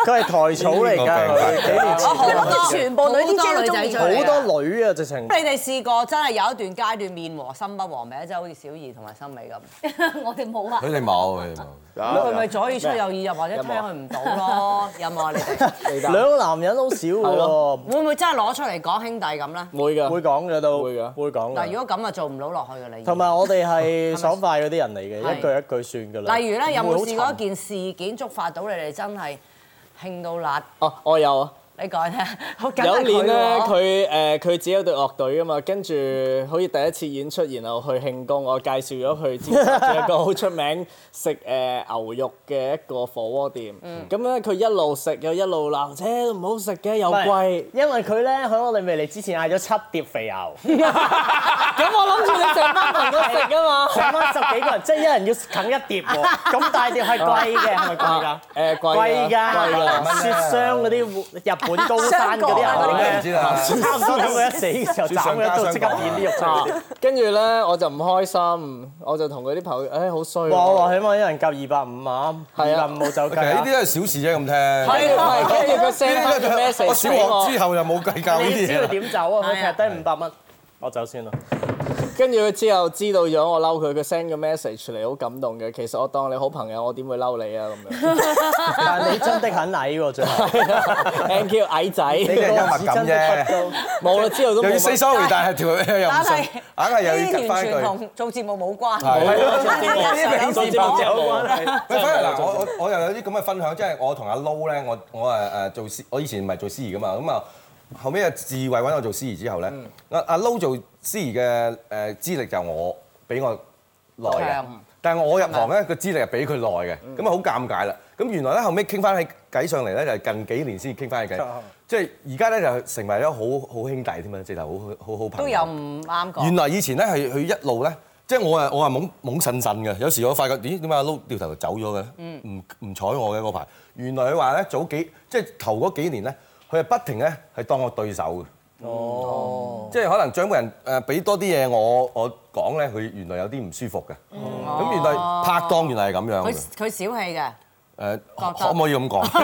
[SPEAKER 4] 佢係台草嚟㗎，佢幾年
[SPEAKER 1] 我好
[SPEAKER 4] 前
[SPEAKER 1] 多
[SPEAKER 8] 全部女 DJ 都中意
[SPEAKER 1] 好多
[SPEAKER 4] 好多女啊，直情
[SPEAKER 1] 你哋試過真係有一段階段面和心不和咩？即係好似小儀同埋森美咁，
[SPEAKER 5] 我哋 冇啊
[SPEAKER 2] 佢，哋冇，佢哋冇。
[SPEAKER 1] 佢咪左耳出右耳入，或者聽佢唔到 咯？有冇啊？你哋
[SPEAKER 4] 兩個男人好少㗎
[SPEAKER 1] 會唔會真係攞出嚟講兄弟咁咧？
[SPEAKER 7] 會㗎
[SPEAKER 4] 喎，會講嘅都
[SPEAKER 7] 會㗎
[SPEAKER 4] 會講
[SPEAKER 1] 嗱，
[SPEAKER 4] 㗎。
[SPEAKER 1] 如果咁啊，做唔到落去嘅你。
[SPEAKER 4] 同埋我哋係爽快嗰啲人嚟嘅，一句一句算㗎啦。
[SPEAKER 1] 例如咧，有
[SPEAKER 4] 唔會
[SPEAKER 1] 冇
[SPEAKER 4] 好
[SPEAKER 1] 試過一
[SPEAKER 4] 沉
[SPEAKER 1] 件事件觸發到你哋真係興到辣？
[SPEAKER 7] 哦，我有啊。
[SPEAKER 1] 你講聽，好緊
[SPEAKER 7] 有
[SPEAKER 1] 係
[SPEAKER 7] 年
[SPEAKER 1] 佢
[SPEAKER 7] 咧，
[SPEAKER 1] 喎。
[SPEAKER 7] 佢誒佢自己有隊樂隊噶嘛，跟住好似第一次演出，然後去慶功，我介紹咗佢之前有一個好出名食誒、牛肉嘅一個火鍋店。咁咧佢一路食又一路鬧，車唔好食嘅又
[SPEAKER 4] 唔係
[SPEAKER 7] 貴。
[SPEAKER 4] 因為佢咧喺我哋未嚟之前嗌咗七碟肥牛，
[SPEAKER 7] 咁我諗住你成班人都食啊嘛。
[SPEAKER 4] 成班 十幾個人，即係一人要啃一碟 喎。咁大碟係貴嘅，係咪貴㗎？
[SPEAKER 7] 誒貴
[SPEAKER 4] 貴啊㗎，
[SPEAKER 7] 貴㗎。
[SPEAKER 4] 雪箱嗰啲日本高山嗰啲
[SPEAKER 8] 香港啊嗰啲
[SPEAKER 4] 牛
[SPEAKER 2] 唔知啦。
[SPEAKER 4] 咧，差唔多等佢一死嘅時候斬佢一刀，即刻變啲肉
[SPEAKER 7] 啊
[SPEAKER 4] 出嚟。
[SPEAKER 7] 跟住咧我就唔開心，我就同佢啲朋友，誒好衰喎。
[SPEAKER 4] 哇！哇，起碼一人夾二百五啊，
[SPEAKER 7] 係
[SPEAKER 4] 二
[SPEAKER 7] 啊
[SPEAKER 4] 百五冇走雞
[SPEAKER 2] 其實呢
[SPEAKER 4] 啊
[SPEAKER 2] 啲。都係小事啫，咁聽。
[SPEAKER 7] 係 啊，係跟住佢 send 翻個
[SPEAKER 2] 呢啲
[SPEAKER 7] message
[SPEAKER 2] 我小
[SPEAKER 7] 俾我
[SPEAKER 2] 學之後就冇計較呢
[SPEAKER 4] 你
[SPEAKER 2] 啲
[SPEAKER 4] 知
[SPEAKER 2] 嘢
[SPEAKER 4] 道
[SPEAKER 2] 啦。
[SPEAKER 4] 點走啊？佢劈低五百蚊，我走先啦。
[SPEAKER 7] 跟住佢之後知道咗我嬲佢，佢 send 個 message 嚟好感動嘅。其實我當你好朋友，我點會嬲你啊咁樣。
[SPEAKER 4] 但係你真的很矮喎，最後。
[SPEAKER 7] Thank you 矮仔，
[SPEAKER 2] 呢啲係幽默感啫，
[SPEAKER 7] 冇啦，之後都
[SPEAKER 2] 又要
[SPEAKER 7] 冇
[SPEAKER 2] say
[SPEAKER 7] 乜。
[SPEAKER 2] sorry，但係條友 又唔
[SPEAKER 1] 但
[SPEAKER 2] 信，
[SPEAKER 1] 係
[SPEAKER 2] 硬係又要
[SPEAKER 1] 呢
[SPEAKER 2] 夾
[SPEAKER 1] 啲完
[SPEAKER 2] 翻一
[SPEAKER 1] 全
[SPEAKER 2] 句。
[SPEAKER 1] 同做節目冇關。
[SPEAKER 2] 係咯
[SPEAKER 1] 呢啲
[SPEAKER 7] 做節
[SPEAKER 1] 係
[SPEAKER 7] 目
[SPEAKER 1] 有
[SPEAKER 7] 有關係。
[SPEAKER 2] 喂，反而嗱，我我我又有啲咁嘅分享，即係我同阿 Low 咧，我我誒誒做司，我以前唔係做司儀噶嘛，咁啊後尾阿智慧揾我做司儀之後咧，阿阿 Low 做司儀嘅誒資歷就我比我耐嘅
[SPEAKER 1] 長，
[SPEAKER 2] 但係我入行咧個資歷係比佢耐嘅，咁啊好尷尬啦。咁原來咧後尾傾翻起偈上嚟咧，就係近幾年先傾翻起偈，即係而家咧就成為咗好好兄弟添啊，直頭好好好朋友。
[SPEAKER 1] 都有唔啱講
[SPEAKER 2] 原。來以前咧係佢一路咧，即係我係我係懵懵神神嘅，有時我發覺咦點解阿撈掉頭就走咗嘅咧？唔唔睬我嘅嗰排。原來佢話咧早幾即係頭嗰幾年咧，佢係不停咧係當我對手嘅。哦，即係可能掌門人誒俾多啲嘢我我講咧，佢原來有啲唔舒服嘅。咁原來拍檔原來係咁樣
[SPEAKER 1] 佢
[SPEAKER 2] 嘅。
[SPEAKER 1] 佢小氣
[SPEAKER 2] 誒
[SPEAKER 1] 嘅，得
[SPEAKER 2] 可唔可以咁講？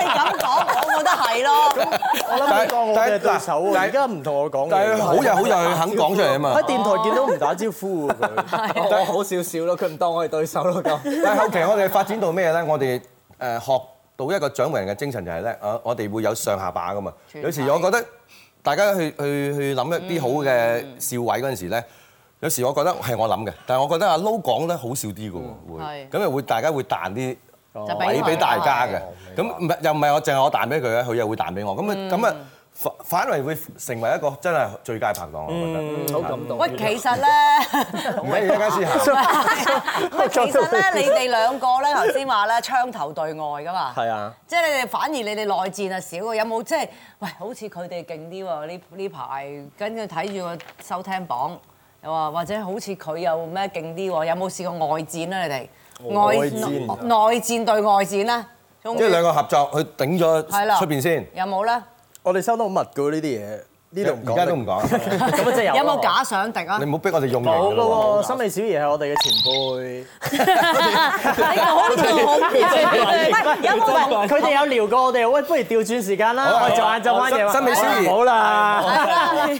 [SPEAKER 1] 如果你咁講，我覺得係咯。
[SPEAKER 4] 我諗你當我嘅對手喎，
[SPEAKER 2] 但係
[SPEAKER 4] 而家唔同我講嘢。
[SPEAKER 2] 但係佢好有好有佢肯講出嚟啊嘛
[SPEAKER 4] 喺。電台見到唔打招呼喎佢。
[SPEAKER 7] 我好少少咯，佢唔當我係對手咯咁。
[SPEAKER 2] 但係後期我哋發展到咩咧？我哋誒學到一個掌門人嘅精神就係咧，啊我哋會有上下把噶嘛。
[SPEAKER 1] 全體嗯
[SPEAKER 2] 有時我覺得大家去去去諗一啲好嘅笑位嗰陣時咧，有時我覺得係我諗嘅，但係我覺得阿 Low 講得好笑啲嘅喎，會
[SPEAKER 1] 嗯係
[SPEAKER 2] 咁又會大家會彈啲。
[SPEAKER 1] 就
[SPEAKER 2] 位俾大家嘅，
[SPEAKER 1] 哦
[SPEAKER 2] 咁唔係又唔係我淨係我彈俾佢咧，佢又會彈俾我，咁啊
[SPEAKER 1] 嗯
[SPEAKER 2] 咁啊反反為會成為一個真係最佳拍檔，我覺
[SPEAKER 1] 嗯
[SPEAKER 2] 得。
[SPEAKER 7] 好感動。
[SPEAKER 1] 喂，其實咧，
[SPEAKER 2] 唔緊要，一間 先行。
[SPEAKER 1] 喂，其實咧，你哋兩個咧，頭先話咧，槍頭對外噶嘛，
[SPEAKER 4] 係啊，
[SPEAKER 1] 即係你哋反而你哋內戰啊少喎，有冇即係喂，好似佢哋勁啲喎？呢呢排跟住睇住個收聽榜，又話或者好似佢又咩勁啲喎？有冇試過外戰咧？你哋外
[SPEAKER 4] 戰
[SPEAKER 1] 內戰對外戰咧，
[SPEAKER 2] 即係兩個
[SPEAKER 1] 個
[SPEAKER 2] 合作，佢頂
[SPEAKER 1] 係啦
[SPEAKER 2] 咗出邊先，
[SPEAKER 1] 有冇咧？
[SPEAKER 4] 我哋收到好密㗎呢啲嘢，呢度唔講。
[SPEAKER 2] 而家都唔講。
[SPEAKER 4] 咁啊，即係有。
[SPEAKER 1] 有冇假想敵啊？
[SPEAKER 2] 你唔好逼我哋用
[SPEAKER 4] 冇
[SPEAKER 2] 完
[SPEAKER 4] 噶喎，森美小儀係我哋嘅前輩，
[SPEAKER 1] 你
[SPEAKER 5] 啊
[SPEAKER 1] 好 似好喂，有冇問？
[SPEAKER 4] 佢哋有聊過我哋，喂，不如調轉時間
[SPEAKER 2] 好
[SPEAKER 4] 啦，
[SPEAKER 2] 啊
[SPEAKER 4] 我哋做晏晝翻夜晚。
[SPEAKER 2] 森美小儀
[SPEAKER 4] 好啦，
[SPEAKER 1] 係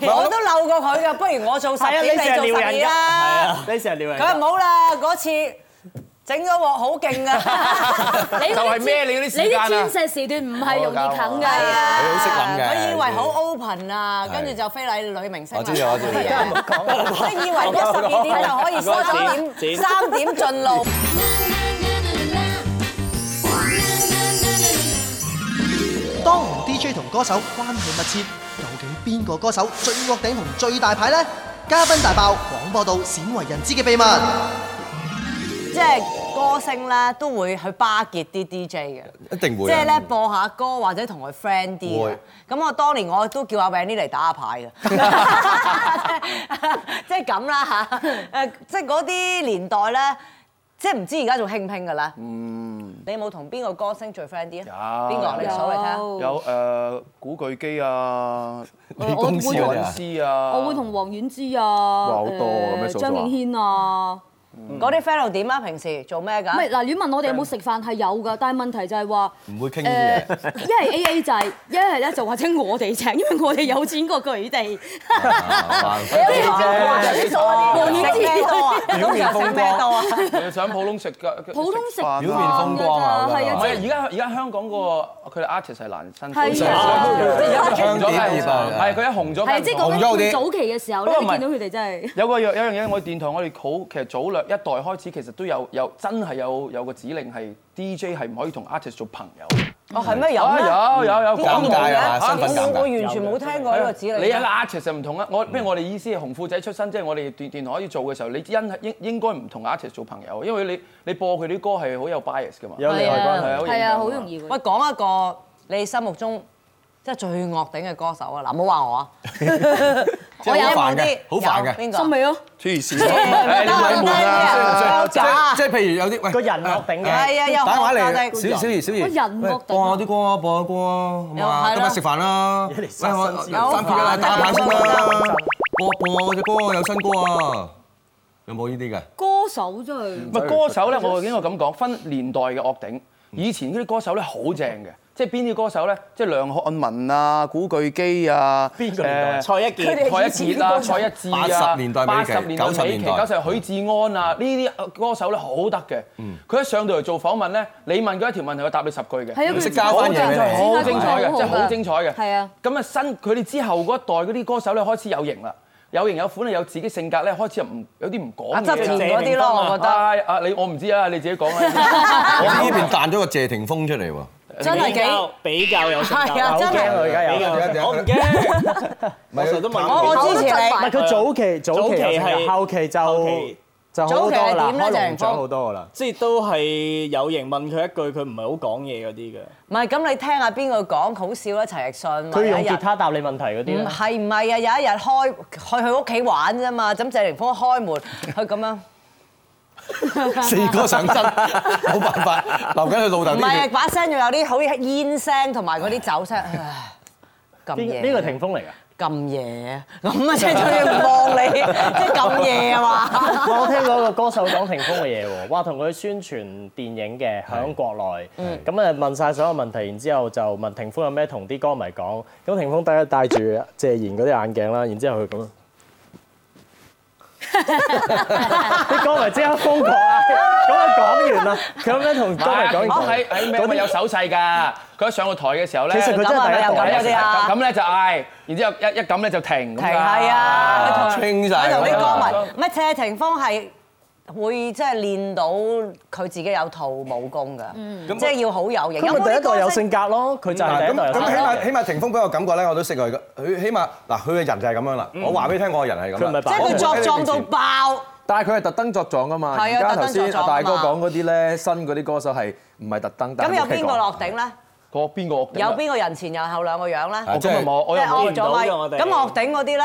[SPEAKER 1] 啦我都漏過佢噶，不如我做十
[SPEAKER 4] 係啊，
[SPEAKER 1] 點，
[SPEAKER 4] 你成日
[SPEAKER 1] 你做
[SPEAKER 4] 撩
[SPEAKER 1] 十二
[SPEAKER 4] 人㗎，係
[SPEAKER 1] 啦。
[SPEAKER 4] 啊，你成日撩人
[SPEAKER 1] 佢話
[SPEAKER 4] 㗎。
[SPEAKER 1] 唔好啦，嗰次整咗鑊好 勁啊！
[SPEAKER 5] 你
[SPEAKER 6] 就係咩你嗰啲時間啊
[SPEAKER 5] 你啲鑽石時段唔係容易啃㗎。
[SPEAKER 1] 係啊，
[SPEAKER 2] 你好識諗嘅
[SPEAKER 1] 佢以為好 open 啊，跟住就非禮女明星啦。啊
[SPEAKER 2] 我知
[SPEAKER 4] 啊
[SPEAKER 2] 我知
[SPEAKER 1] 你以為嗰十二點就可以三點三點進路？
[SPEAKER 3] 當紅 DJ 同歌手關係密切，究竟邊個歌手最惡頂同最大牌呢？嘉賓大爆廣播道鮮為人知嘅秘密。
[SPEAKER 1] 即係歌星咧都會去巴結啲 DJ 嘅。
[SPEAKER 2] 一定會。
[SPEAKER 1] 即係咧，播下歌或者同佢 friend 啲嘅
[SPEAKER 2] 會。
[SPEAKER 1] 咁我當年我都叫阿 Wendy 嚟打 下牌嘅， 即係咁啦嚇。誒，即係嗰啲年代咧，即係唔知而家仲興唔興㗎啦。嗯，你有冇同邊個歌星最 friend 啲啊？
[SPEAKER 6] 有
[SPEAKER 1] 邊個你數嚟
[SPEAKER 5] 啊
[SPEAKER 1] 聽？
[SPEAKER 6] 有誒古巨基啊、
[SPEAKER 2] 你公司
[SPEAKER 5] 我
[SPEAKER 2] 嗰啲
[SPEAKER 5] 會
[SPEAKER 6] 律
[SPEAKER 2] 啊，
[SPEAKER 6] 師啊，
[SPEAKER 5] 我會同黃婉之啊，
[SPEAKER 6] 好多啊咩數數啊
[SPEAKER 5] 張敬軒啊，
[SPEAKER 2] 嗯
[SPEAKER 1] 嗰啲 friend 又點啊？平時做咩
[SPEAKER 5] 唔係
[SPEAKER 1] 㗎？
[SPEAKER 5] 嗱，亂問我哋有冇食飯係有㗎，但係問題就係話
[SPEAKER 2] 唔會傾
[SPEAKER 5] 誒，
[SPEAKER 2] 呢啲嘢。
[SPEAKER 6] 啊
[SPEAKER 5] 一係 A A 制，一係咧就或者我哋請，因為我哋有錢過佢哋。黃婉
[SPEAKER 1] 食
[SPEAKER 5] 之
[SPEAKER 1] 咩多啊？通常食咩多啊？
[SPEAKER 6] 你想普通食嘅
[SPEAKER 5] 普通食
[SPEAKER 6] 飯
[SPEAKER 5] 飯
[SPEAKER 2] 表面風光啊
[SPEAKER 5] 㗎咋係
[SPEAKER 6] 唔
[SPEAKER 5] 啊，
[SPEAKER 6] 係啊！而家而家香港嗰個佢哋 artist 係難生存，
[SPEAKER 5] 係
[SPEAKER 6] 即
[SPEAKER 5] 啊
[SPEAKER 6] 係而家佢紅咗
[SPEAKER 2] 香
[SPEAKER 6] 係
[SPEAKER 2] 點啊
[SPEAKER 6] 係佢一紅咗
[SPEAKER 5] 係即係
[SPEAKER 6] 係
[SPEAKER 5] 講
[SPEAKER 2] 紅咗
[SPEAKER 5] 緊
[SPEAKER 2] 啲
[SPEAKER 5] 早期嘅時候
[SPEAKER 6] 不
[SPEAKER 5] 咧，
[SPEAKER 6] 過
[SPEAKER 5] 你
[SPEAKER 6] 唔係
[SPEAKER 5] 見到佢哋真係。
[SPEAKER 6] 有個有有樣嘢，我哋電台我哋好其實早兩一代開始，其實都有有真係有有個指令係 DJ 係唔可以同 artist 做朋友。
[SPEAKER 1] 哦，係咩有
[SPEAKER 6] 啊
[SPEAKER 1] 咩？
[SPEAKER 6] 有有有
[SPEAKER 2] 哎尷
[SPEAKER 6] 講到
[SPEAKER 2] 尬啊，
[SPEAKER 6] 嚇
[SPEAKER 2] 身份
[SPEAKER 1] 我
[SPEAKER 2] 尷
[SPEAKER 1] 我
[SPEAKER 2] 尬。
[SPEAKER 1] 完全冇聽過呢個指令。
[SPEAKER 6] 你一個 artist 就唔同啦。我咩？我哋意思係紅褲仔出身，即係我哋電電台可以做嘅時候，你因應應該唔同 artist 做朋友，因為你你播佢啲歌係好有 bias 㗎嘛。
[SPEAKER 4] 有利害關係。
[SPEAKER 6] 係啊
[SPEAKER 5] 係啊，好容易
[SPEAKER 1] 喂，
[SPEAKER 5] 會。
[SPEAKER 1] 講一個你心目中即係最惡頂嘅歌手啊！嗱，唔好話我啊，
[SPEAKER 2] 即係好煩嘅，好煩嘅。
[SPEAKER 1] 邊個？
[SPEAKER 5] 心美咯，
[SPEAKER 6] 黐線，誒哎你咪悶啊！
[SPEAKER 2] 即係即係譬如有啲喂
[SPEAKER 4] 個人惡頂嘅
[SPEAKER 2] 誒
[SPEAKER 1] 係啊又
[SPEAKER 2] 打電話
[SPEAKER 1] 惡頂
[SPEAKER 2] 嚟，小小儀小儀，
[SPEAKER 5] 個人惡頂
[SPEAKER 2] 喂
[SPEAKER 5] 啊
[SPEAKER 2] 播下啲歌啊，播下歌啊，咁啊，
[SPEAKER 1] 又係啦
[SPEAKER 2] 今日食飯啦，喂我
[SPEAKER 1] 有
[SPEAKER 2] 三點一啦，
[SPEAKER 1] 飯
[SPEAKER 2] 打下牌先
[SPEAKER 1] 有
[SPEAKER 2] 啦
[SPEAKER 1] 飯，
[SPEAKER 2] 播播只歌有新歌啊，有冇呢啲嘅？
[SPEAKER 5] 歌手真係
[SPEAKER 6] 唔係歌手咧，我應該咁講，分年代嘅樂頂。以前嗰啲歌手咧好正嘅，嗯即係邊啲歌手咧？即係梁漢文啊、古巨基啊，
[SPEAKER 4] 邊個年代啊？
[SPEAKER 6] 誒
[SPEAKER 4] 蔡一傑。
[SPEAKER 6] 蔡一傑啊、蔡一智啊，
[SPEAKER 2] 80年代尾期
[SPEAKER 6] 80年代
[SPEAKER 2] 90
[SPEAKER 6] 尾
[SPEAKER 2] 年
[SPEAKER 6] 期
[SPEAKER 2] 代
[SPEAKER 6] 九十許志安啊，呢啲歌手咧好得嘅。佢一上到嚟做訪問咧，你問佢一條問題，佢答你十句嘅。
[SPEAKER 5] 係啊，
[SPEAKER 2] 唔識
[SPEAKER 5] 佢
[SPEAKER 2] 交翻嘢俾你
[SPEAKER 6] 好精彩嘅，真係好精彩嘅。
[SPEAKER 5] 係啊，
[SPEAKER 6] 咁啊新佢哋之後嗰一代嗰啲歌手咧開始有型啦，有型有款啊，有自己性格咧，開始又唔有啲唔講
[SPEAKER 1] 阿側
[SPEAKER 6] 嘢
[SPEAKER 1] 田
[SPEAKER 6] 啦。
[SPEAKER 1] 嗰啲咯，我覺得
[SPEAKER 6] 啊啊！你我唔知啊，你自己講 啦。
[SPEAKER 2] 我呢邊彈咗個謝霆鋒出嚟喎，
[SPEAKER 1] 真係
[SPEAKER 4] 比
[SPEAKER 1] 幾
[SPEAKER 4] 較比較有性格，
[SPEAKER 1] 係啊真係
[SPEAKER 4] 我而
[SPEAKER 2] 有有
[SPEAKER 4] 家
[SPEAKER 2] 有
[SPEAKER 4] 有，我唔驚。
[SPEAKER 2] 我
[SPEAKER 4] 成日都問
[SPEAKER 1] 我我支持你
[SPEAKER 8] 口都震。
[SPEAKER 4] 唔係
[SPEAKER 8] 埋
[SPEAKER 4] 佢早期早期
[SPEAKER 7] 早
[SPEAKER 4] 有性
[SPEAKER 7] 期
[SPEAKER 4] 格
[SPEAKER 7] 係
[SPEAKER 4] 後期
[SPEAKER 7] 後
[SPEAKER 4] 就
[SPEAKER 7] 期
[SPEAKER 4] 就好多啦，
[SPEAKER 1] 早期係
[SPEAKER 4] 開
[SPEAKER 1] 點咧鄭
[SPEAKER 4] 龍咗
[SPEAKER 1] 明峰
[SPEAKER 4] 好多噶啦。
[SPEAKER 7] 即係都係有型問佢一句，佢唔係好講嘢嗰啲嘅。
[SPEAKER 1] 唔係咁，你聽下邊個講好笑啦？陳奕迅
[SPEAKER 4] 佢
[SPEAKER 1] 有
[SPEAKER 4] 用
[SPEAKER 1] 一日
[SPEAKER 4] 吉他答你問題嗰啲
[SPEAKER 1] 唔
[SPEAKER 4] 咧，
[SPEAKER 1] 係唔係啊？有一日開去佢屋企玩啫嘛，咁謝霆鋒開門，佢咁樣
[SPEAKER 2] 四哥上身， 冇辦法，留緊佢老
[SPEAKER 1] 唔
[SPEAKER 2] 豆啲
[SPEAKER 1] 係啊
[SPEAKER 2] 血。
[SPEAKER 1] 把聲仲有啲好似煙聲同埋嗰啲酒聲，唉咁
[SPEAKER 4] 呢
[SPEAKER 1] 夜
[SPEAKER 4] 呢個霆鋒嚟㗎。
[SPEAKER 1] 咁夜咁啊，即係仲要望你，即係咁夜啊嘛。
[SPEAKER 4] 我聽過一個歌手講霆鋒嘅嘢喎，話同佢宣傳電影嘅喺國內， 咁啊問晒所有問題，然之後就問霆鋒有咩同啲歌迷講，咁霆鋒戴戴住謝賢嗰啲眼鏡啦，然之後佢咁啊。啲歌迷即刻瘋狂啊！咁啊講完啦，佢咁樣同歌迷講
[SPEAKER 6] 我
[SPEAKER 4] 完
[SPEAKER 6] 喺，喺咩咪有手勢㗎？佢一上個台嘅時候咧，
[SPEAKER 4] 其實佢真
[SPEAKER 1] 咁啊，
[SPEAKER 4] 係
[SPEAKER 1] 咪
[SPEAKER 4] 第一代
[SPEAKER 1] 有咁嗰啲啊
[SPEAKER 6] 咁。咧就嗌，然之後一一咁咧就停。
[SPEAKER 1] 停係啊，佢同
[SPEAKER 2] 清晒
[SPEAKER 1] 佢同啲
[SPEAKER 6] 啦
[SPEAKER 1] 歌迷，唔係謝霆鋒係會即係練到佢自己有套武功㗎，即係要好有型。
[SPEAKER 4] 佢咪
[SPEAKER 1] 冇啲
[SPEAKER 4] 第一代有
[SPEAKER 1] 歌星
[SPEAKER 4] 性格咯，佢就係
[SPEAKER 2] 嗱
[SPEAKER 4] 第一代有性
[SPEAKER 2] 咁咁起
[SPEAKER 4] 格。
[SPEAKER 2] 碼起碼霆鋒俾我感覺咧，我都識佢嘅。佢起碼嗱，佢嘅人就係咁樣啦。我話俾你聽，我嘅人嗯係咁
[SPEAKER 4] 佢唔
[SPEAKER 2] 啦
[SPEAKER 4] 係。
[SPEAKER 1] 即係佢作狀到爆。
[SPEAKER 9] 但係佢係特登作狀噶嘛，而
[SPEAKER 1] 係啊
[SPEAKER 9] 家頭
[SPEAKER 1] 特登
[SPEAKER 9] 先
[SPEAKER 1] 作狀㗎嘛
[SPEAKER 9] 大哥講嗰啲咧，新嗰啲歌手係唔係特登？但
[SPEAKER 1] 咁
[SPEAKER 9] 係
[SPEAKER 1] 有
[SPEAKER 9] 冇聽
[SPEAKER 1] 邊
[SPEAKER 9] 講
[SPEAKER 1] 個落頂咧？
[SPEAKER 6] 個邊個屋頂
[SPEAKER 1] 有
[SPEAKER 6] 啊？
[SPEAKER 1] 邊個人前又後兩個樣咧？
[SPEAKER 2] 啊
[SPEAKER 6] 我今日
[SPEAKER 9] 哦
[SPEAKER 6] 冇，我
[SPEAKER 1] 即
[SPEAKER 6] 又
[SPEAKER 1] 係
[SPEAKER 6] 冇
[SPEAKER 1] 惡
[SPEAKER 7] 見到
[SPEAKER 1] 咗咪？
[SPEAKER 7] 嘅我哋
[SPEAKER 1] 咁惡頂嗰啲咧，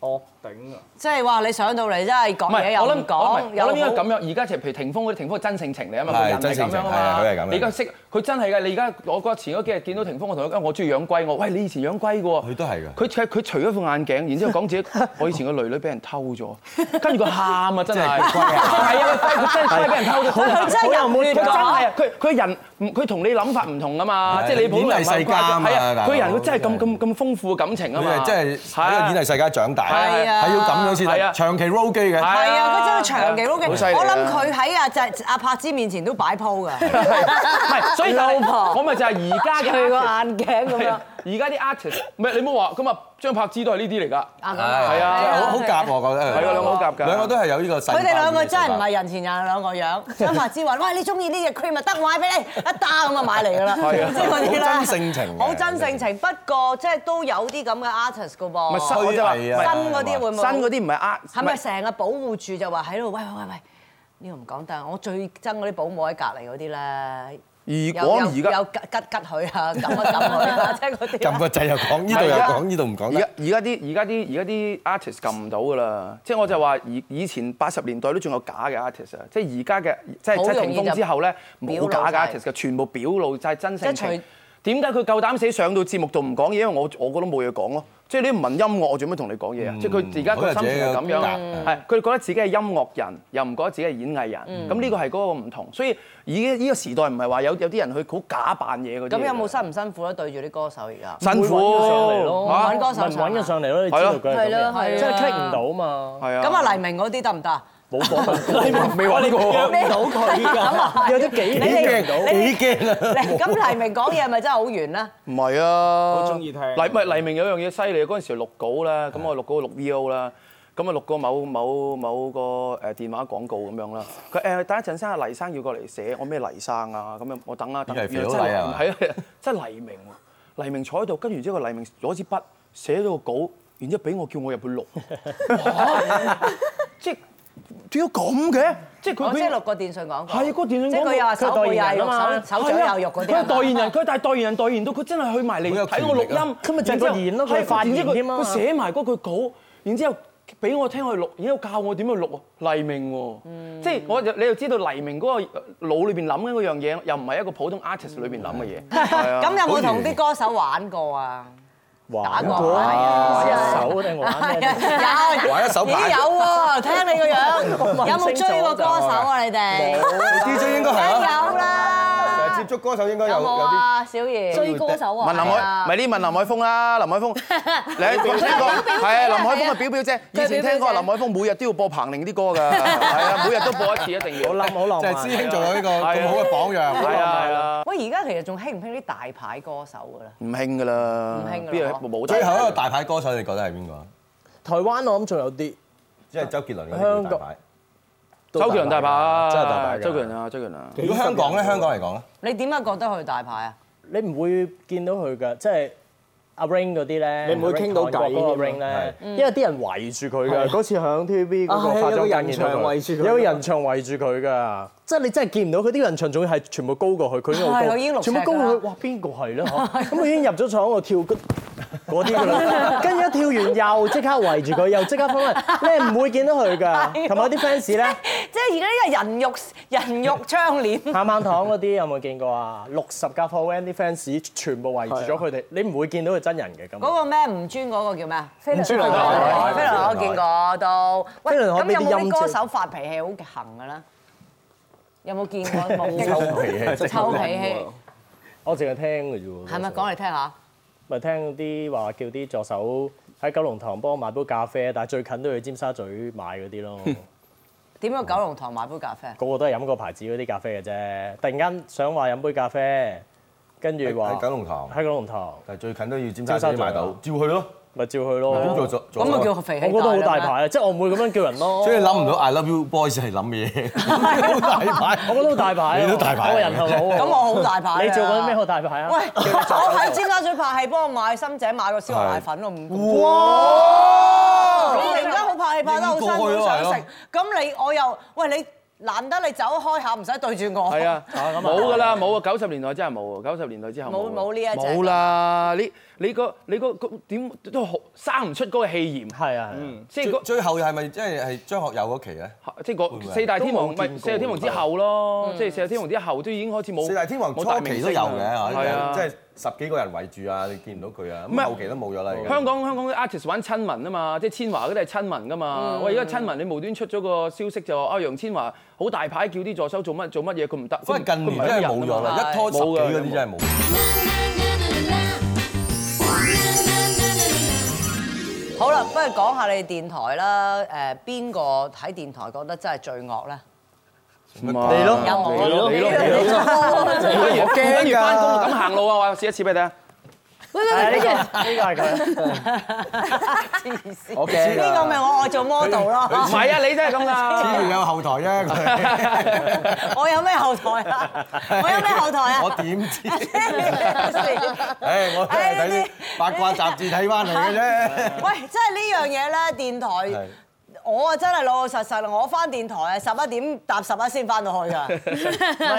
[SPEAKER 7] 惡頂啊！
[SPEAKER 1] 即係話你上到嚟真係講
[SPEAKER 6] 唔
[SPEAKER 1] 嘢
[SPEAKER 6] 係，
[SPEAKER 1] 又
[SPEAKER 6] 我諗
[SPEAKER 1] 唔
[SPEAKER 6] 我
[SPEAKER 1] 講，
[SPEAKER 6] 諗我諗應該
[SPEAKER 1] 又
[SPEAKER 6] 咁樣。而家其實譬如霆鋒嗰啲，霆鋒係真性情嚟啊嘛，
[SPEAKER 2] 係
[SPEAKER 6] 佢人
[SPEAKER 2] 真
[SPEAKER 6] 係
[SPEAKER 2] 性
[SPEAKER 6] 咁
[SPEAKER 2] 情
[SPEAKER 6] 樣啊
[SPEAKER 2] 係
[SPEAKER 6] 嘛。
[SPEAKER 2] 係佢係咁樣
[SPEAKER 6] 你而家識佢真係㗎。你而家我嗰前嗰幾日見到霆鋒，我同佢講，我中意養龜，我話喂你以前養龜嘅喎。
[SPEAKER 2] 佢都係㗎
[SPEAKER 6] 佢佢佢除咗副眼鏡，然之後講 自己，我以前個女女俾人偷咗，跟住佢喊啊真係。係啊，佢佢真係真係俾人偷咗。佢真係
[SPEAKER 1] 佢真係有血㗎。
[SPEAKER 6] 啊！佢佢人唔佢同你諗法唔同啊嘛，
[SPEAKER 2] 係
[SPEAKER 6] 即係你普通人
[SPEAKER 2] 演藝世家啊嘛
[SPEAKER 6] 係啊
[SPEAKER 2] 大佬
[SPEAKER 6] 佢人佢真係咁
[SPEAKER 2] 真
[SPEAKER 6] 咁咁豐富嘅感情啊
[SPEAKER 2] 佢
[SPEAKER 6] 嘛，啊
[SPEAKER 2] 係真係喺個演藝世界長大，
[SPEAKER 6] 係
[SPEAKER 1] 啊
[SPEAKER 2] 係要咁樣先
[SPEAKER 6] 係
[SPEAKER 2] 得，
[SPEAKER 6] 啊
[SPEAKER 2] 長期 roll 機嘅。
[SPEAKER 1] 係啊，佢真係長期撈
[SPEAKER 6] 好犀利
[SPEAKER 1] 嘅。
[SPEAKER 6] 啊
[SPEAKER 1] 我諗佢喺阿謝阿柏芝面前都擺鋪㗎。
[SPEAKER 6] 唔係，所以就係
[SPEAKER 1] 老婆
[SPEAKER 6] 我咪就係而家嘅
[SPEAKER 1] 佢個
[SPEAKER 6] artist
[SPEAKER 1] 眼鏡咁
[SPEAKER 6] 係
[SPEAKER 1] 樣
[SPEAKER 6] 啊。而家啲 artist，唔係你冇話，咁啊張柏芝都係呢啲嚟㗎，
[SPEAKER 1] 啊咁啊
[SPEAKER 2] 係
[SPEAKER 6] 啊
[SPEAKER 2] 真係好好夾我覺得。
[SPEAKER 6] 係啊兩個好夾㗎
[SPEAKER 2] 兩個都係有呢個世界
[SPEAKER 1] 佢
[SPEAKER 2] 觀嘅
[SPEAKER 1] 哋兩個真係唔
[SPEAKER 2] 世
[SPEAKER 1] 係人前人後兩個樣，張柏芝話：喂，你中意呢隻 cream 咪得，我買俾你一打咁啊買嚟㗎啦，
[SPEAKER 6] 係啊
[SPEAKER 1] 即係嗰啲咧。
[SPEAKER 2] 好真性情嘅
[SPEAKER 1] 好真性情。不過即係都有啲咁嘅 artist 㗎噃。
[SPEAKER 6] 咪
[SPEAKER 2] 界
[SPEAKER 6] 新
[SPEAKER 2] 虛
[SPEAKER 6] 我就話
[SPEAKER 2] 偽啊
[SPEAKER 1] 新嗰啲會唔會？
[SPEAKER 6] 新嗰啲唔係 art，
[SPEAKER 1] 係咪成日保護住就話喺度？喂喂喂喂！呢個唔講，但係我最憎嗰啲保姆喺隔離嗰啲咧，
[SPEAKER 6] 啲
[SPEAKER 1] 有
[SPEAKER 6] 而我
[SPEAKER 1] 有
[SPEAKER 6] 而家
[SPEAKER 1] 有吉吉吉佢啊， 撳一撳佢啊，即係嗰啲
[SPEAKER 2] 撳個
[SPEAKER 1] 啊。
[SPEAKER 2] 掣又講，呢度又講，呢度唔講
[SPEAKER 6] 而
[SPEAKER 2] 得
[SPEAKER 6] 家。而家啲而家啲而家啲 artist 撳唔到㗎啦，即係我就話以以前八十年代都仲有假嘅 artist 啊，即係而家嘅即係
[SPEAKER 1] 好
[SPEAKER 6] 即係
[SPEAKER 1] 容易
[SPEAKER 6] 霆鋒之後咧
[SPEAKER 1] 表露
[SPEAKER 6] 冇假嘅
[SPEAKER 1] 晒
[SPEAKER 6] artist 嘅，全部表露晒真性
[SPEAKER 1] 即係除
[SPEAKER 6] 情。點解佢夠膽死上到節目度唔講嘢？因為我我覺得冇嘢講咯。即係你唔問音樂，我做咩同你講
[SPEAKER 1] 嗯
[SPEAKER 6] 嘢啊？即係佢而家個心情係咁樣啊
[SPEAKER 2] 嗯，
[SPEAKER 6] 係佢哋覺得自己係音樂人，又唔覺得自己係演藝
[SPEAKER 1] 嗯
[SPEAKER 6] 人。咁呢個係嗰個唔同。所以而家呢個時代唔係話有有啲人去好假扮嘢嗰啲嚟嘅。
[SPEAKER 1] 咁有冇辛唔辛苦咧？對住啲歌手而家，
[SPEAKER 6] 辛苦？
[SPEAKER 4] 唔咪唔揾佢上嚟咯，你
[SPEAKER 6] 嚇
[SPEAKER 1] 揾歌手上啊。
[SPEAKER 4] 知道佢係
[SPEAKER 5] 係
[SPEAKER 4] 咁
[SPEAKER 5] 咯係
[SPEAKER 4] 嘅，
[SPEAKER 5] 啊
[SPEAKER 4] 即係 click 唔到嘛。
[SPEAKER 6] 係啊。
[SPEAKER 1] 咁啊，黎明嗰啲得唔得啊？
[SPEAKER 4] 冇 訪問，未揾過，約唔到佢㗎， 有啲幾
[SPEAKER 1] 你哋
[SPEAKER 4] 年
[SPEAKER 2] 驚幾驚啊！
[SPEAKER 1] 你咁黎明講嘢係咪真係好圓咧？
[SPEAKER 6] 唔係啊，
[SPEAKER 7] 好鍾意聽
[SPEAKER 6] 黎咪黎明有樣嘢犀利，嗰陣時錄稿啦，咁我錄稿錄 VO 啦，咁啊錄過某某某個誒電話廣告咁樣啦。佢誒等一陣先，阿黎生要過嚟寫，我咩黎生啊？咁樣我等啊等
[SPEAKER 2] 以為
[SPEAKER 6] 啊，
[SPEAKER 2] 肥佬
[SPEAKER 6] 原來
[SPEAKER 2] 黎
[SPEAKER 6] 真
[SPEAKER 2] 啊
[SPEAKER 6] 係係啊，真係黎明喎。黎明坐喺度，跟住之後黎明攞支筆寫咗個稿，然 之後俾我叫我入去錄。哇即係點解咁嘅？即係佢
[SPEAKER 1] 我
[SPEAKER 6] 佢
[SPEAKER 1] 即係錄過電訊廣告，
[SPEAKER 6] 係個電信
[SPEAKER 1] 即係
[SPEAKER 6] 廣告
[SPEAKER 1] 佢又話手
[SPEAKER 6] 佢係代
[SPEAKER 1] 背又
[SPEAKER 6] 言人
[SPEAKER 1] 肉，
[SPEAKER 6] 啊嘛，
[SPEAKER 1] 手手
[SPEAKER 6] 係
[SPEAKER 1] 掌
[SPEAKER 6] 啊
[SPEAKER 1] 又肉嗰啲
[SPEAKER 6] 佢
[SPEAKER 1] 啊
[SPEAKER 6] 係
[SPEAKER 1] 嘛。
[SPEAKER 6] 代言人，佢但係代言人代言到佢真係去埋嚟
[SPEAKER 2] 好有
[SPEAKER 6] 睇我錄
[SPEAKER 2] 權力啊
[SPEAKER 6] 音，
[SPEAKER 4] 咁咪就係
[SPEAKER 6] 然之後
[SPEAKER 4] 個言咯佢
[SPEAKER 6] 係
[SPEAKER 4] 發言
[SPEAKER 6] 然之後佢
[SPEAKER 4] 添啊
[SPEAKER 6] 佢寫埋嗰句稿，然之後。俾我聽去錄，然之後教我點去錄喎，黎明喎，即係我就你就知道黎明嗰個腦裏邊諗緊嗰樣嘢，又唔係一個普通 artist 裏邊諗嘅嘢。 係啊
[SPEAKER 1] 咁有冇同啲歌手玩過啊？打過係
[SPEAKER 4] 玩
[SPEAKER 1] 啊
[SPEAKER 4] 一手定玩咩？
[SPEAKER 1] 有
[SPEAKER 2] 玩一手
[SPEAKER 1] 咦
[SPEAKER 2] 板
[SPEAKER 1] 有喎，聽你個 樣，有冇追過歌手啊？你哋
[SPEAKER 2] ，DJ 應該
[SPEAKER 1] 梗
[SPEAKER 2] 係啦，
[SPEAKER 1] 有啦，
[SPEAKER 2] 誒接觸歌手應該有
[SPEAKER 1] 有
[SPEAKER 2] 有
[SPEAKER 1] 冇
[SPEAKER 2] 啲。
[SPEAKER 1] 啊，小儀？
[SPEAKER 5] 追歌手啊！
[SPEAKER 6] 問林
[SPEAKER 1] 係啊
[SPEAKER 6] 海，咪呢問林海峰啦，林海峰，你有冇聽過？係啊，林海峰嘅表表姐，以前聽過林海峰每日都要播彭玲啲歌㗎，係啊，每日都播一次一定要。
[SPEAKER 4] 好冧好浪
[SPEAKER 2] 就係
[SPEAKER 4] 漫
[SPEAKER 2] 師。兄做咗呢個咁好嘅榜樣。
[SPEAKER 6] 係啊係啊，
[SPEAKER 1] 喂，而家其實仲興唔興啲大牌歌手㗎啦？
[SPEAKER 6] 唔興㗎啦，
[SPEAKER 1] 唔興㗎啦
[SPEAKER 6] 邊有冇得
[SPEAKER 2] 最後一個大牌歌手，你覺得係邊個啊？
[SPEAKER 4] 台灣我諗仲有啲。
[SPEAKER 2] 即係周杰倫嗰啲叫大牌。
[SPEAKER 6] 周杰倫大牌，
[SPEAKER 4] 真係大牌㗎
[SPEAKER 6] 周杰倫啊，周杰倫啊，
[SPEAKER 2] 如果香港咧，香港嚟講咧，
[SPEAKER 1] 你點解覺得佢大牌啊？
[SPEAKER 4] 你唔會見到佢㗎，即係阿 Rain 嗰啲咧，
[SPEAKER 7] 你唔會傾到偈
[SPEAKER 4] 韓國嗰個
[SPEAKER 7] 添
[SPEAKER 4] Rain 咧，因為啲人圍住佢㗎。嗰次響 TVB 嗰
[SPEAKER 7] 啊係
[SPEAKER 4] 個化
[SPEAKER 7] 有個
[SPEAKER 4] 妝間
[SPEAKER 7] 人
[SPEAKER 4] 見到
[SPEAKER 7] 牆圍住
[SPEAKER 4] 佢，
[SPEAKER 7] 佢
[SPEAKER 4] 有個人牆圍住佢㗎，即係你真係見唔到佢啲人牆，仲要係全部高過佢，佢已經好
[SPEAKER 1] 係
[SPEAKER 4] 高，
[SPEAKER 1] 佢已經六尺
[SPEAKER 4] 全部高過
[SPEAKER 1] 㗎啦
[SPEAKER 4] 佢，哇邊個係 咧？嚇咁佢已經入咗廠度跳嗰嗰啲㗎啦， 跟住一跳完又即刻圍住佢，又即刻翻嚟，你唔會見到佢 㗎。同埋啲 fans 咧，
[SPEAKER 1] 即係而家呢個人肉人肉窗簾，
[SPEAKER 4] 棒棒糖嗰啲有冇見過啊？六十架貨 van 啲 fans 全部圍住咗佢哋，你唔會見到佢真人嘅咁。
[SPEAKER 1] 嗰個咩吳尊嗰個叫咩啊？
[SPEAKER 8] 飛輪
[SPEAKER 4] 輪海
[SPEAKER 1] 飛輪海我見過都。喂，
[SPEAKER 4] 飛輪海
[SPEAKER 1] 咁
[SPEAKER 4] 邊
[SPEAKER 1] 有
[SPEAKER 4] 啲
[SPEAKER 1] 冇
[SPEAKER 4] 音
[SPEAKER 1] 啲
[SPEAKER 4] 節
[SPEAKER 1] 歌手發脾氣好行㗎啦？有冇見過？
[SPEAKER 2] 臭
[SPEAKER 1] 冇。
[SPEAKER 2] 脾氣，
[SPEAKER 1] 臭脾氣
[SPEAKER 4] 我淨係聽嘅啫喎。
[SPEAKER 1] 係咪講嚟聽下？
[SPEAKER 4] 咪聽啲話叫啲助手喺九龍塘幫我買杯咖啡，但係最近都要去尖沙咀買嗰啲咯。
[SPEAKER 1] 點樣九龍塘買杯咖啡？啊
[SPEAKER 4] 個個都係飲個牌子嗰啲咖啡嘅啫。突然間想話飲杯咖啡，跟住話
[SPEAKER 2] 喺九龍塘
[SPEAKER 4] 喺九龍塘，
[SPEAKER 2] 但係最近都要尖沙咀買到，照去咯。
[SPEAKER 4] 咪照去
[SPEAKER 2] 咁做
[SPEAKER 4] 咯。
[SPEAKER 2] 做做
[SPEAKER 1] 咁咪叫肥
[SPEAKER 4] 我
[SPEAKER 1] 氣
[SPEAKER 4] 覺得好
[SPEAKER 1] 袋
[SPEAKER 4] 大
[SPEAKER 1] 啦咩
[SPEAKER 4] 牌啊！即係我唔會咁樣叫人咯。
[SPEAKER 2] 所以諗唔到 I Love You Boys 係諗嘢，好大牌。
[SPEAKER 4] 我覺得好大牌啊。
[SPEAKER 2] 你都大牌啊
[SPEAKER 4] 我人頭好啊。
[SPEAKER 1] 咁我好大牌啊
[SPEAKER 4] 你做緊咩好大 牌啊？
[SPEAKER 1] 喂，我喺尖沙咀拍戲，幫我買深井買個燒牛奶粉咯，唔哇！你而家好拍戲拍得好辛
[SPEAKER 2] 應過去
[SPEAKER 1] 苦，
[SPEAKER 2] 咯
[SPEAKER 1] 想
[SPEAKER 2] 係
[SPEAKER 1] 食，咁你我又喂你難得你走開下，唔使對住我。
[SPEAKER 6] 係啊，冇㗎啦，冇啊，九十年代真係冇啊，九十年代之後
[SPEAKER 1] 冇
[SPEAKER 6] 啊
[SPEAKER 1] 冇呢一隻
[SPEAKER 6] 冇啦，你你個你個個點都好生唔出嗰個氣焰，
[SPEAKER 4] 係啊，係啊
[SPEAKER 6] 即係嗰
[SPEAKER 2] 最後係咪即係係張學友嗰期咧？
[SPEAKER 6] 即係個四大天王，唔係四大天王之後咯，即係四大天王之後都已經開始冇
[SPEAKER 2] 四大天王初
[SPEAKER 6] 冇大明
[SPEAKER 2] 期
[SPEAKER 6] 星
[SPEAKER 2] 都有嘅，
[SPEAKER 6] 啦係啊，
[SPEAKER 2] 即係十幾個人圍住啊，你見唔到佢啊。
[SPEAKER 6] 唔係
[SPEAKER 2] 咁後期都冇咗啦。而家
[SPEAKER 6] 香港香港啲 artist 玩親民啊嘛，即係千華嗰啲係親民噶嘛。喂，而家親民你無端出咗個消息就話啊，楊千嬅好大牌叫啲助手做乜做乜嘢，佢唔得。
[SPEAKER 2] 因為近年真係冇咗啦，一拖十幾嗰啲真係冇。
[SPEAKER 1] 好啦，不如講下你哋電台啦。誒，邊個喺電台覺得真係最惡咧？
[SPEAKER 6] 你
[SPEAKER 4] 你咯，
[SPEAKER 6] 咯，
[SPEAKER 1] 有我咯
[SPEAKER 4] 你咯，
[SPEAKER 1] 你咯
[SPEAKER 4] 你咯。
[SPEAKER 6] 我驚跟住翻工咁行路啊！我試一次俾你睇 下。
[SPEAKER 5] 喂喂喂，跟住
[SPEAKER 4] 呢個係佢。
[SPEAKER 1] 黐線！
[SPEAKER 9] 我驚啊
[SPEAKER 1] 呢個咪我愛做 model
[SPEAKER 6] 唔
[SPEAKER 1] 咯。
[SPEAKER 6] 係啊，你真係咁
[SPEAKER 2] 只
[SPEAKER 6] 啦。
[SPEAKER 2] 要有後台 啫，
[SPEAKER 1] 我有咩後台啊？我有咩後台啊
[SPEAKER 2] 我？點知？誒，我
[SPEAKER 1] 我
[SPEAKER 2] 都係睇啲八卦雜誌睇翻嚟嘅啫。
[SPEAKER 1] 喂，真係呢樣嘢咧，電台
[SPEAKER 2] 係。
[SPEAKER 1] 我啊真係老老實實啦，我翻電台啊十一點搭十一先翻到去 㗎。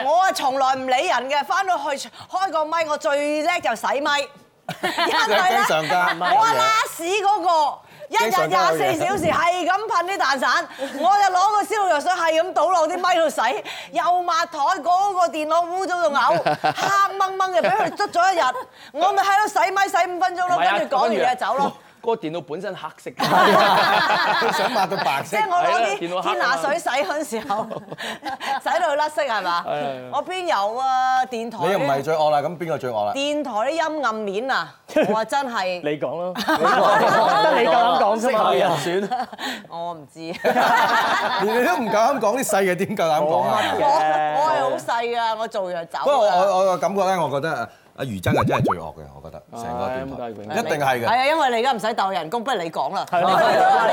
[SPEAKER 1] 我啊從來唔理人嘅，翻到去開個咪，我最叻就洗 咪，因為咧
[SPEAKER 2] 驚上架
[SPEAKER 1] 我啊拉屎嗰個。一
[SPEAKER 2] 驚
[SPEAKER 1] 日
[SPEAKER 2] 上架
[SPEAKER 1] 廿四小時係咁噴啲蛋 散，我就攞個消毒藥水係咁倒落啲咪度洗，又抹台嗰個電腦污糟到 嘔，黑掹掹嘅俾佢捽咗一日，我咪喺度洗咪洗五分鐘咯，跟住講完嘢走咯。。
[SPEAKER 6] 嗰個電腦本身黑色。
[SPEAKER 2] 佢想抹到 白
[SPEAKER 1] 即
[SPEAKER 2] 色
[SPEAKER 1] 係。我
[SPEAKER 6] 係啦
[SPEAKER 1] 攞
[SPEAKER 6] 電腦黑
[SPEAKER 1] 啲天拿水洗嗰陣時候，洗到佢甩色係嘛？我邊有啊？電台
[SPEAKER 2] 你又唔係
[SPEAKER 1] 啲
[SPEAKER 2] 最惡啦，咁邊個最惡啦？
[SPEAKER 1] 電台啲陰 暗面啊！我話真係，
[SPEAKER 4] 你講咯，得你夠膽講啫嘛。
[SPEAKER 1] 我 唔知，
[SPEAKER 2] 連你都唔夠膽講啲細嘅，點夠膽講啊
[SPEAKER 1] 我？我係好細㗎，我做樣走
[SPEAKER 2] 不過我
[SPEAKER 1] 㗎。
[SPEAKER 2] 我我感覺咧，我覺得啊阿余真係真係最惡嘅，我覺得成個
[SPEAKER 6] 咁都係永遠
[SPEAKER 2] 電台一定係
[SPEAKER 1] 係
[SPEAKER 2] 嘅。
[SPEAKER 1] 啊，因為你而家唔使鬥人工，不如你講啦。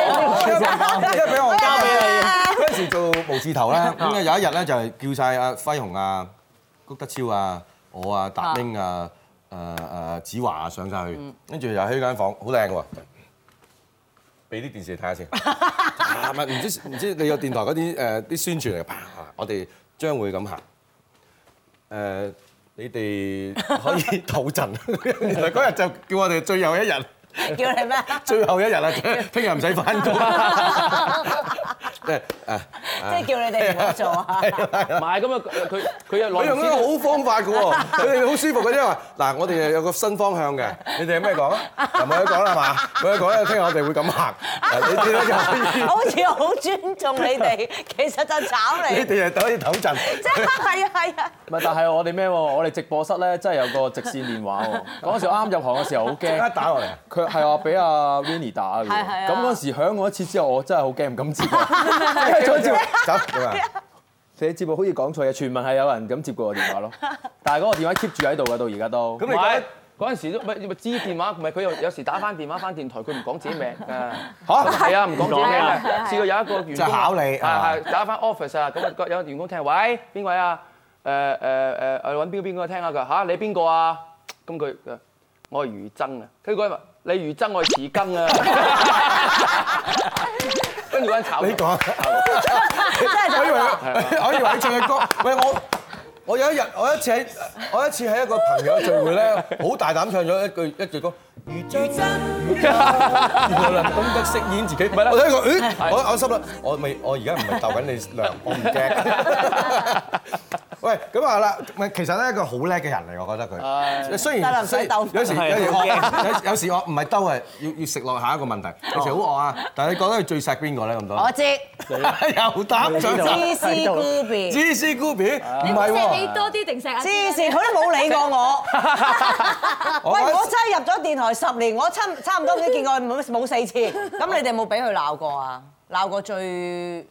[SPEAKER 2] 因為俾我交俾你嗰陣時做無字頭啦，咁有一日咧就係叫晒阿輝雄啊、谷德超啊、我啊、達英啊、誒誒子華啊上
[SPEAKER 1] 嗯
[SPEAKER 2] 晒去，跟住又喺間房，好靚嘅喎，俾啲電視睇下先。啪唔知唔知你個電台嗰啲誒啲宣傳嚟嘅，啪！我哋將會咁行。誒，你 哋可以唞陣。 原來嗰日就叫我哋最後一日，
[SPEAKER 1] 叫你咩？
[SPEAKER 2] 最後一日啦，啊聽日唔使翻 工。 啊即係誒，
[SPEAKER 1] 即係叫你哋唔好做啊！
[SPEAKER 6] 唔係咁啊，佢佢佢有
[SPEAKER 2] 佢
[SPEAKER 6] 內
[SPEAKER 2] 用呢個好方法嘅喎，佢哋好舒服嘅，因為嗱，我哋有個新方向嘅，你哋有咩講啊？嗱冇嘢講啦係嘛，冇嘢講咧，聽日我哋會咁行，你哋咧就可以。
[SPEAKER 1] 好似好尊重你哋，其實就炒
[SPEAKER 2] 你
[SPEAKER 1] 你。
[SPEAKER 2] 哋就可以唞陣，
[SPEAKER 1] 即係係啊係啊！
[SPEAKER 9] 唔係，但係我哋咩喎？我哋直播室咧真係有個直線電話 喎。嗰陣時我啱入行嘅時候好
[SPEAKER 2] 即刻
[SPEAKER 9] 驚，
[SPEAKER 2] 打落嚟。
[SPEAKER 9] 佢係話俾阿 Vinny 打嘅
[SPEAKER 1] 係
[SPEAKER 9] 喎。
[SPEAKER 1] 係啊
[SPEAKER 9] 咁嗰陣時響我一次之後，我真係好驚，唔敢接 喎。因為嗰陣時
[SPEAKER 2] 走咁啊！
[SPEAKER 9] 寫節目好似講錯嘢，全民係有人咁接過個電話 咯。但係嗰個電話 keep 住喺度㗎，到而家都。
[SPEAKER 2] 咁
[SPEAKER 6] 唔
[SPEAKER 2] 你覺
[SPEAKER 6] 係
[SPEAKER 2] 得
[SPEAKER 6] 嗰陣時都唔係知電話，唔係佢又有時打翻電話翻電台，佢唔講自己名㗎。
[SPEAKER 2] 嚇？
[SPEAKER 6] 係啊，唔講自己名
[SPEAKER 1] 啊
[SPEAKER 6] 啊
[SPEAKER 1] 係啊。
[SPEAKER 6] 試過有一個員
[SPEAKER 2] 就
[SPEAKER 6] 工
[SPEAKER 2] 考你
[SPEAKER 6] 係
[SPEAKER 2] 係嘛
[SPEAKER 6] 係打翻 office 啊，咁啊個有個員工聽，喂邊位啊？誒誒誒，我揾邊個邊個聽啊？佢話嚇你邊個啊？咁佢佢我係余爭啊。跟住嗰人話你余爭，我係匙羹啊。跟住嗰人炒
[SPEAKER 2] 你
[SPEAKER 6] 佢。
[SPEAKER 2] 講，我以為 我以為你唱嘅歌，喂我。我有一日，我一次喺我一次喺一個朋友聚會咧，好大膽唱咗一句一句歌，如真如真，原來懂得飾演自己。唔係啦，我睇佢，咦我我心諗，我未我而家唔係鬥緊你量，我唔驚。 喂，咁啊啦，唔係其實咧一個好叻嘅人嚟，我覺得佢。雖
[SPEAKER 1] 得啦
[SPEAKER 2] 然
[SPEAKER 1] 唔使
[SPEAKER 2] 雖然
[SPEAKER 1] 鬥
[SPEAKER 2] 有時有時我有有時我唔係鬥係要要食落下一個問題，有時好惡啊。但係你覺得佢最錫邊個咧咁多？
[SPEAKER 1] 我知，
[SPEAKER 2] 又膽上
[SPEAKER 1] 芝士 Gooby，
[SPEAKER 2] 芝士菇片唔係
[SPEAKER 5] 錫你
[SPEAKER 2] 喎，
[SPEAKER 5] 多啲定錫阿芝
[SPEAKER 1] 芝士佢都冇理過我。
[SPEAKER 2] 我
[SPEAKER 1] 喂，
[SPEAKER 2] 嗰
[SPEAKER 1] 我真係入咗電台十年，我差差唔多都見過佢冇冇四次。咁你哋有冇俾佢鬧過啊？鬧過最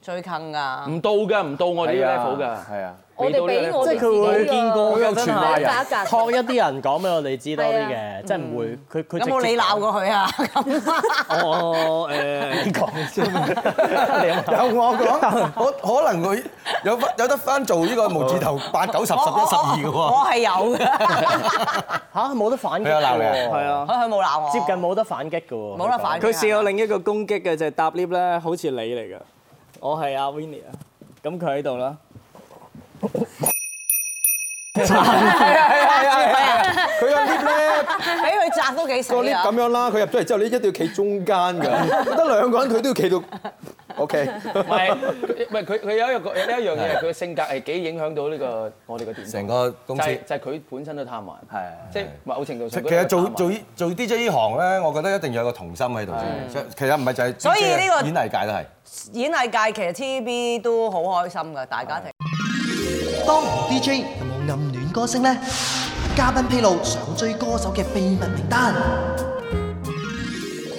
[SPEAKER 1] 最坑噶。
[SPEAKER 6] 唔到㗎，唔到我哋
[SPEAKER 2] Dạ.
[SPEAKER 6] 呢個 level 㗎。
[SPEAKER 9] 係啊。
[SPEAKER 5] 我哋俾我哋
[SPEAKER 7] 即係佢會見過
[SPEAKER 9] 佢有
[SPEAKER 7] 嘅，
[SPEAKER 9] 傳
[SPEAKER 7] 真
[SPEAKER 9] 話
[SPEAKER 7] 係
[SPEAKER 2] à?
[SPEAKER 9] 人
[SPEAKER 5] 打格
[SPEAKER 7] 託一啲人講俾我哋知多啲
[SPEAKER 5] 係
[SPEAKER 7] 嘅，即係唔會佢佢
[SPEAKER 1] 啊嗯有冇
[SPEAKER 7] 直接
[SPEAKER 1] 你鬧過佢啊？咁
[SPEAKER 7] 我 誒你講先，你 有冇
[SPEAKER 2] 有我講，可可能佢有返有得翻做呢個無字頭八九十十一十二嘅
[SPEAKER 1] 我
[SPEAKER 2] 喎。
[SPEAKER 1] 係有嘅，
[SPEAKER 7] 嚇冇得反擊
[SPEAKER 2] 佢有鬧你啊
[SPEAKER 7] 喎係啊
[SPEAKER 1] 佢。佢冇鬧我。
[SPEAKER 7] 接近冇得反擊嘅喎，
[SPEAKER 1] 冇得反擊
[SPEAKER 7] 佢試過另一個攻擊嘅就係搭 lift 咧，好似你嚟嘅，我係阿 Winnie 啊，咁佢喺度啦，
[SPEAKER 2] 佢個 lift 咧，
[SPEAKER 1] 俾佢擲都幾死
[SPEAKER 9] 個 lift
[SPEAKER 1] 啊
[SPEAKER 9] 咁！樣啦，佢入咗嚟之後，你一定要企中間㗎，得兩個人佢都要企到。O K，
[SPEAKER 6] 唔係，佢唔係佢佢有一個有一樣嘢，佢嘅性格係幾影響到呢個我哋嘅電台
[SPEAKER 2] 成個公司
[SPEAKER 6] 就係就係佢本身都貪玩，
[SPEAKER 9] 係
[SPEAKER 6] 即係某程度
[SPEAKER 2] 其
[SPEAKER 6] 上佢
[SPEAKER 2] 實做
[SPEAKER 6] 都係貪
[SPEAKER 2] 做
[SPEAKER 6] 玩
[SPEAKER 2] 呢做 DJ 呢行咧，我覺得一定要有個童心喺度先。即係其實唔係就係，
[SPEAKER 1] 所以呢個
[SPEAKER 2] 演藝界都係。
[SPEAKER 1] 演藝界其實 TVB 都好開心㗎，大家庭。
[SPEAKER 3] 當 DJ 有冇暗戀歌星呢？嘉賓披露想追歌手嘅秘密名單。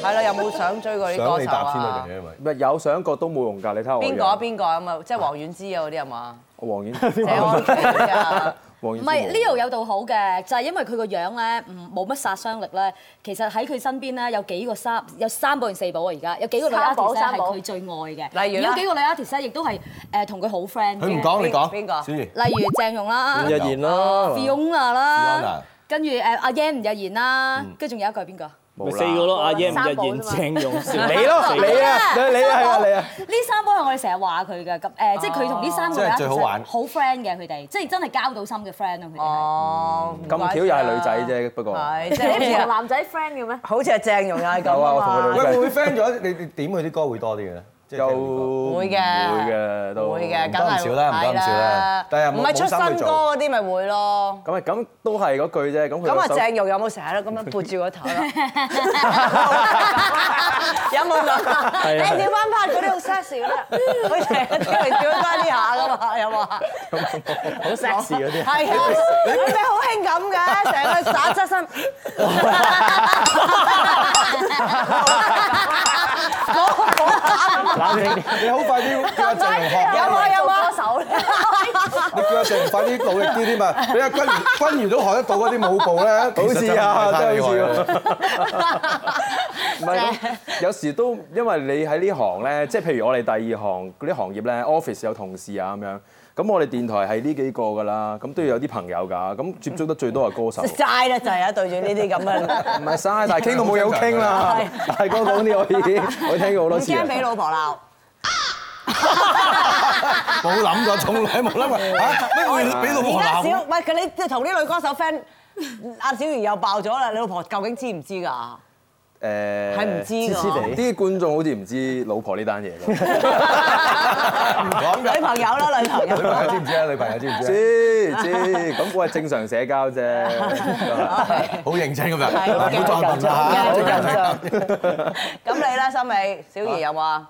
[SPEAKER 1] 係啦，有冇想追過啲
[SPEAKER 2] 想
[SPEAKER 1] 歌
[SPEAKER 2] 你
[SPEAKER 1] 手
[SPEAKER 2] 答先得嘅，
[SPEAKER 1] 啊？
[SPEAKER 2] 因為
[SPEAKER 9] 咪有想過都冇用㗎，你睇下我
[SPEAKER 1] 邊個啊？邊個啊咁啊？即係黃遠之啊嗰啲 係嘛？
[SPEAKER 9] 黃演，
[SPEAKER 1] 謝安琪啊，
[SPEAKER 9] 黃
[SPEAKER 5] 唔
[SPEAKER 9] 演
[SPEAKER 5] 係 Leo 有度好嘅，就係、因為佢個樣咧，唔冇乜殺傷力咧。其實喺佢身邊咧，有幾個三有三寶定四寶啊！而家有幾個女
[SPEAKER 8] 三寶
[SPEAKER 5] artist 咧係
[SPEAKER 8] 三寶
[SPEAKER 5] 佢最愛嘅，
[SPEAKER 1] 例如咧
[SPEAKER 5] 有幾個女 artist 咧亦都係誒同佢好 friend
[SPEAKER 2] 佢唔
[SPEAKER 5] 嘅。
[SPEAKER 2] 講，你講
[SPEAKER 1] 邊邊個
[SPEAKER 2] 小儀，
[SPEAKER 5] 例如鄭融啦
[SPEAKER 7] 日
[SPEAKER 2] 日
[SPEAKER 7] 言啦，
[SPEAKER 5] ，Fiona
[SPEAKER 2] 啊
[SPEAKER 5] 啦，跟住誒阿 Yan 吳日賢啦，跟住仲有一個係邊個？
[SPEAKER 7] 咪四個咯，阿爺吳日賢、鄭 融、
[SPEAKER 9] 你咯，你啊，你你係啊，你啊，
[SPEAKER 5] 呢三波係我哋成日話佢嘅，咁誒，即係佢同呢三個
[SPEAKER 2] 即係
[SPEAKER 5] artist
[SPEAKER 2] 最好玩
[SPEAKER 5] 好 friend 嘅佢哋，即係真係交到心嘅 friend 啊咯，佢哋係。
[SPEAKER 1] 哦，
[SPEAKER 9] 咁巧又係女仔啫，不過
[SPEAKER 1] 係即係好似
[SPEAKER 8] 你唔同
[SPEAKER 1] 係
[SPEAKER 8] 男仔 friend 嘅咩？
[SPEAKER 1] 好似係鄭融又係咁
[SPEAKER 9] 有啊我同
[SPEAKER 1] 啊
[SPEAKER 2] 喂
[SPEAKER 9] 佢哋，
[SPEAKER 1] 嘛
[SPEAKER 2] 會唔會 friend 咗？你你點佢啲歌會多啲嘅咧？即係
[SPEAKER 9] 又
[SPEAKER 2] 聽佢啲歌
[SPEAKER 1] 會嘅
[SPEAKER 9] 會嘅都
[SPEAKER 1] 會嘅，梗
[SPEAKER 2] 唔得
[SPEAKER 1] 係
[SPEAKER 2] 唔少啦唔得唔少啦
[SPEAKER 1] 係
[SPEAKER 2] 但係又冇
[SPEAKER 1] 唔係出
[SPEAKER 2] 冇心
[SPEAKER 1] 新
[SPEAKER 2] 去
[SPEAKER 1] 歌
[SPEAKER 2] 做
[SPEAKER 1] 嗰啲咪會咯。
[SPEAKER 9] 咁啊，咁都係嗰句啫，咁佢
[SPEAKER 1] 咁啊，
[SPEAKER 9] 個手
[SPEAKER 1] 鄭融有冇成日都咁樣撥住個頭 咯？有冇諗？
[SPEAKER 7] 係啊
[SPEAKER 1] 你點翻拍嗰啲好 sexy 啦，佢成日都嚟跳翻呢下噶嘛，有冇啊？
[SPEAKER 7] 好 sexy 嗰啲。
[SPEAKER 1] 係啊，你咪好興感嘅，成個打側身。冇冇 打
[SPEAKER 2] 你好快啲叫阿鄭融學
[SPEAKER 1] 有 冇有冇
[SPEAKER 8] 歌手咧？
[SPEAKER 2] 你叫阿鄭快啲努力啲添嘛！你阿君如君如都學得到嗰啲舞步咧，
[SPEAKER 9] 好似啊，真係好似喎。唔係咁，有時都因為你喺呢行咧，即係譬如我哋第二行嗰啲行業咧，office 有同事啊咁樣，咁我哋電台係呢幾個噶啦，咁都要有啲朋友㗎，咁接觸得最多係歌手。
[SPEAKER 1] 齋啦就係啊，對住呢啲咁嘅，
[SPEAKER 9] 唔係嘥，但係傾到冇嘢好傾啦。大哥講啲我已 經我聽過好
[SPEAKER 1] 唔
[SPEAKER 9] 多次
[SPEAKER 1] 驚
[SPEAKER 9] 啊。
[SPEAKER 1] 俾老婆鬧。
[SPEAKER 2] 冇諗過，從來冇諗過嚇，咩會俾老婆
[SPEAKER 1] 而家
[SPEAKER 2] 鬧
[SPEAKER 1] 小？唔係佢你同啲女歌手 friend，阿小魚又爆咗啦！你老婆究竟知唔知
[SPEAKER 9] 誒，
[SPEAKER 1] 㗎？
[SPEAKER 9] 係
[SPEAKER 1] 係唔知㗎
[SPEAKER 9] 啲觀眾好似唔知老婆呢單嘢 咯。
[SPEAKER 2] 唔講
[SPEAKER 1] 女
[SPEAKER 2] 嘅。
[SPEAKER 1] 朋友啦，女朋
[SPEAKER 2] 女朋友
[SPEAKER 1] 友。
[SPEAKER 2] 知唔知啊？女朋友知唔知啊？
[SPEAKER 9] 知知，咁我係正常社交啫。
[SPEAKER 2] 好認真咁樣，
[SPEAKER 1] 係
[SPEAKER 2] 唔好再問
[SPEAKER 1] 好緊
[SPEAKER 2] 啦嚇。
[SPEAKER 1] 咁你咧，森美，小魚有冇啊？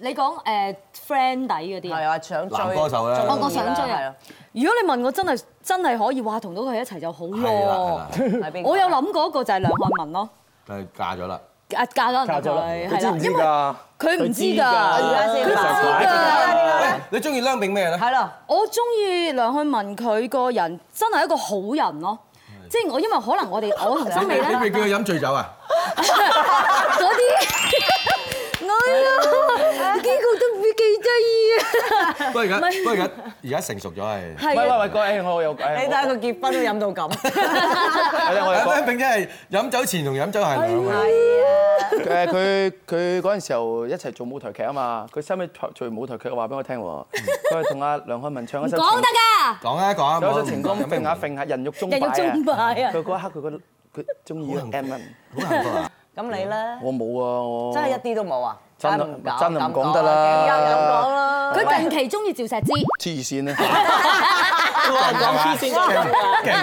[SPEAKER 5] 你講誒 friend 底嗰啲啊
[SPEAKER 1] 係。啊，想追
[SPEAKER 2] 男歌手咧
[SPEAKER 5] 我想追啊！如果你問我真係真係可以話同到佢一齊就好
[SPEAKER 2] 係
[SPEAKER 5] 咯
[SPEAKER 2] 啦，
[SPEAKER 1] 係啦係邊個啊
[SPEAKER 5] 我有諗過一個就係梁漢文咯，
[SPEAKER 2] 係啦，嫁咗啦。
[SPEAKER 5] 啊嫁咗人
[SPEAKER 4] 嫁咗啦
[SPEAKER 5] 佢
[SPEAKER 9] 你
[SPEAKER 5] 係
[SPEAKER 9] 知唔
[SPEAKER 5] 啦，
[SPEAKER 9] 知
[SPEAKER 5] 因為
[SPEAKER 9] 㗎？
[SPEAKER 5] 佢唔知
[SPEAKER 4] 佢知㗎
[SPEAKER 5] 㗎，
[SPEAKER 1] 而家先
[SPEAKER 5] 啊佢啊知㗎。
[SPEAKER 2] 你中意梁炳咩咧？
[SPEAKER 1] 係咯，
[SPEAKER 5] 我中意梁漢文佢個人真係一個好人咯，即係我因為可能我哋我同森美 咧
[SPEAKER 2] 你未叫佢飲醉酒啊？
[SPEAKER 5] 嗰 啲，哎呀，呢個都會記低啊！
[SPEAKER 2] 不過而家，不過而家，而家成熟咗係。
[SPEAKER 5] 係
[SPEAKER 6] 喂喂
[SPEAKER 5] 啊
[SPEAKER 6] 喂，個誒我有誒，
[SPEAKER 1] 你睇下佢結婚都飲到咁。
[SPEAKER 6] 我有個
[SPEAKER 2] 梁炳真係飲酒前同飲酒後係兩樣。
[SPEAKER 6] 誒佢佢嗰陣時候一齊做舞台劇啊嘛，佢收尾做做完舞台劇話俾我聽 喎，佢係同阿梁漢文唱一首
[SPEAKER 5] 講
[SPEAKER 6] 情
[SPEAKER 5] 得㗎，
[SPEAKER 2] 講啊講啊，
[SPEAKER 6] 有一首情歌
[SPEAKER 2] 有咩
[SPEAKER 6] 揈
[SPEAKER 2] 唔
[SPEAKER 6] 下揈下人肉鐘
[SPEAKER 5] 人肉鐘
[SPEAKER 6] 擺
[SPEAKER 5] 擺
[SPEAKER 6] 啊！
[SPEAKER 5] 啊
[SPEAKER 6] 佢！嗰一刻佢覺得佢中意
[SPEAKER 2] 好幸福
[SPEAKER 6] M M，
[SPEAKER 2] 好幸福啊！
[SPEAKER 1] 咁你咧？
[SPEAKER 6] 我冇啊我
[SPEAKER 1] 真係一啲都冇啊！
[SPEAKER 6] 真
[SPEAKER 1] 梗係唔
[SPEAKER 6] 係
[SPEAKER 1] 搞
[SPEAKER 6] 真係唔講得。啦，
[SPEAKER 5] 佢近期中意趙石之，
[SPEAKER 6] 黐線啊！
[SPEAKER 1] 唔知
[SPEAKER 2] 唔
[SPEAKER 1] 啊！
[SPEAKER 2] 係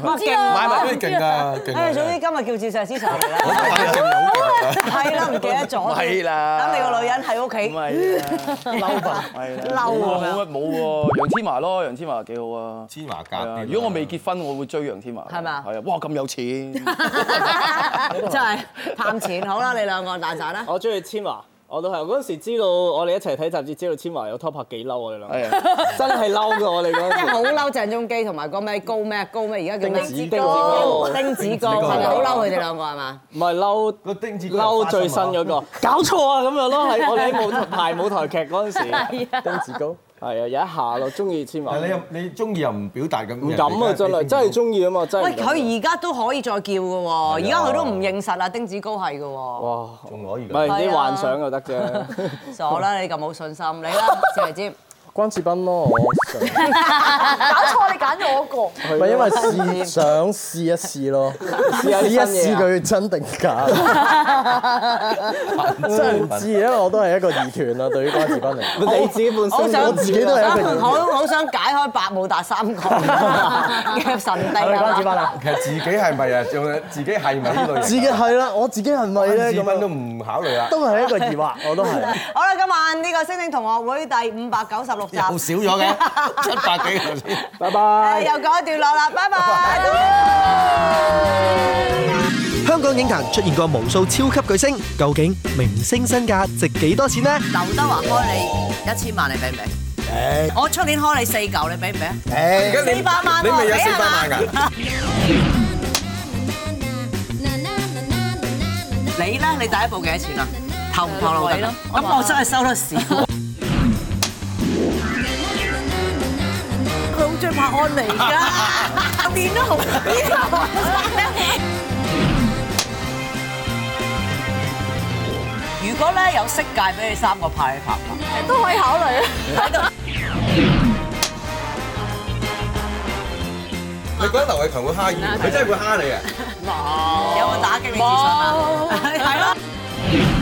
[SPEAKER 2] 唔係，真係勁啊勁啊！
[SPEAKER 1] 唉，總之今日叫趙石之上嚟啦。
[SPEAKER 2] 我都話你勁啊好勁啊！
[SPEAKER 1] 係啦，唔記得咗。
[SPEAKER 6] 係啦
[SPEAKER 1] 等你個女人喺屋
[SPEAKER 6] 唔
[SPEAKER 1] 企
[SPEAKER 6] 係啊，
[SPEAKER 1] 嬲吧？
[SPEAKER 6] 係啦，
[SPEAKER 1] 嬲
[SPEAKER 6] 冇
[SPEAKER 1] 啊！
[SPEAKER 6] 乜冇喎，楊千嬅咯，楊千嬅幾好啊！
[SPEAKER 2] 芝麻
[SPEAKER 6] 係啊
[SPEAKER 4] Ờ,
[SPEAKER 2] 夾，
[SPEAKER 6] 如果我未結婚，我會追楊千嬅。
[SPEAKER 1] 係嘛
[SPEAKER 6] 係啊，哇咁有錢！
[SPEAKER 1] 真係貪錢，好啦，你兩個蛋散啦。
[SPEAKER 7] 我中意千華，我都係嗰陣時知道我哋一齊睇雜誌，知道千華有拖拍幾嬲我哋兩個，
[SPEAKER 6] 係啊，
[SPEAKER 7] 真係嬲㗎我哋嗰陣
[SPEAKER 1] 真係
[SPEAKER 7] 時。
[SPEAKER 1] 好嬲鄭中基同埋個咩高咩高咩，而家叫咩？
[SPEAKER 7] 丁子高
[SPEAKER 1] 丁子高係咪好嬲佢哋兩個係嘛？
[SPEAKER 7] 唔係嬲
[SPEAKER 2] 個丁字
[SPEAKER 9] 啊
[SPEAKER 7] 嬲最新嗰個，搞錯啊咁樣咯，喺我哋喺舞台排舞台劇嗰陣時，
[SPEAKER 4] 丁志高，
[SPEAKER 7] 係啊有一下咯，中意千華，
[SPEAKER 2] 但係
[SPEAKER 7] 唔
[SPEAKER 2] 你又你中意又唔表達咁，唔
[SPEAKER 7] 敢啊真係，真係中意啊嘛，真係
[SPEAKER 1] 喂，
[SPEAKER 7] 唔敢。
[SPEAKER 1] 佢而家都可以再叫嘅喎，而家佢都唔認實啊，丁子高係嘅喎。
[SPEAKER 7] 哇，
[SPEAKER 2] 仲可以
[SPEAKER 7] 唔
[SPEAKER 2] 㗎。
[SPEAKER 7] 係啲幻想就得
[SPEAKER 1] 啊
[SPEAKER 7] 啫。
[SPEAKER 1] 傻啦，你咁冇信心，你啦，小黎尖。
[SPEAKER 4] 關智斌咯，我想
[SPEAKER 8] 搞錯，你揀咗我一個。
[SPEAKER 4] 唔係因為試想試一試咯， 試下呢一試佢真定假，真係唔知，因為我都係一個疑團啊，對於關智斌嚟講。
[SPEAKER 7] 你自己本
[SPEAKER 1] 好
[SPEAKER 7] 身
[SPEAKER 1] 想
[SPEAKER 4] 我自己都係一個疑
[SPEAKER 1] 好
[SPEAKER 4] 團。
[SPEAKER 1] 好想解開百慕 達三角嘅神秘
[SPEAKER 4] 關智
[SPEAKER 1] 啊
[SPEAKER 4] 斌！啊，
[SPEAKER 2] 其實自己係咪啊？仲自己係咪呢類人？
[SPEAKER 4] 自己係啦，我自己係咪咧
[SPEAKER 2] 自
[SPEAKER 4] 咁
[SPEAKER 2] 問都
[SPEAKER 4] 樣？
[SPEAKER 2] 唔考慮啦。
[SPEAKER 4] 都係一個疑惑，我都係。
[SPEAKER 1] 好啦，今晚呢個星星同學會第五百九十六集，
[SPEAKER 2] 又少咗嘅，七百幾頭先。
[SPEAKER 4] 拜拜
[SPEAKER 1] 誒。又講一段落 啦，拜拜。
[SPEAKER 3] 香港影壇出現過無數超級巨星，究竟明星身價值幾多錢呢？
[SPEAKER 1] 劉德華開你一千萬，你俾唔俾？我出年開你四嚿，你俾唔俾啊？
[SPEAKER 2] 而家
[SPEAKER 1] 四百萬喎
[SPEAKER 2] 你咪有
[SPEAKER 1] 俾
[SPEAKER 2] 四
[SPEAKER 1] 係
[SPEAKER 2] 百
[SPEAKER 1] 嘛
[SPEAKER 2] 萬㗎？
[SPEAKER 1] 你咧，你第一步幾多錢啊？投唔投啊落得咯？咁我真係收得少。佢好中意拍安妮 㗎，面都紅啲頭。如果咧有色戒俾你三個派，你拍唔拍？
[SPEAKER 8] 都可以考慮。
[SPEAKER 2] 你覺得劉偉強會蝦 à?
[SPEAKER 1] 哦
[SPEAKER 2] 你？佢真係會蝦你啊！
[SPEAKER 1] 有冇打擊你自信啊？係咯。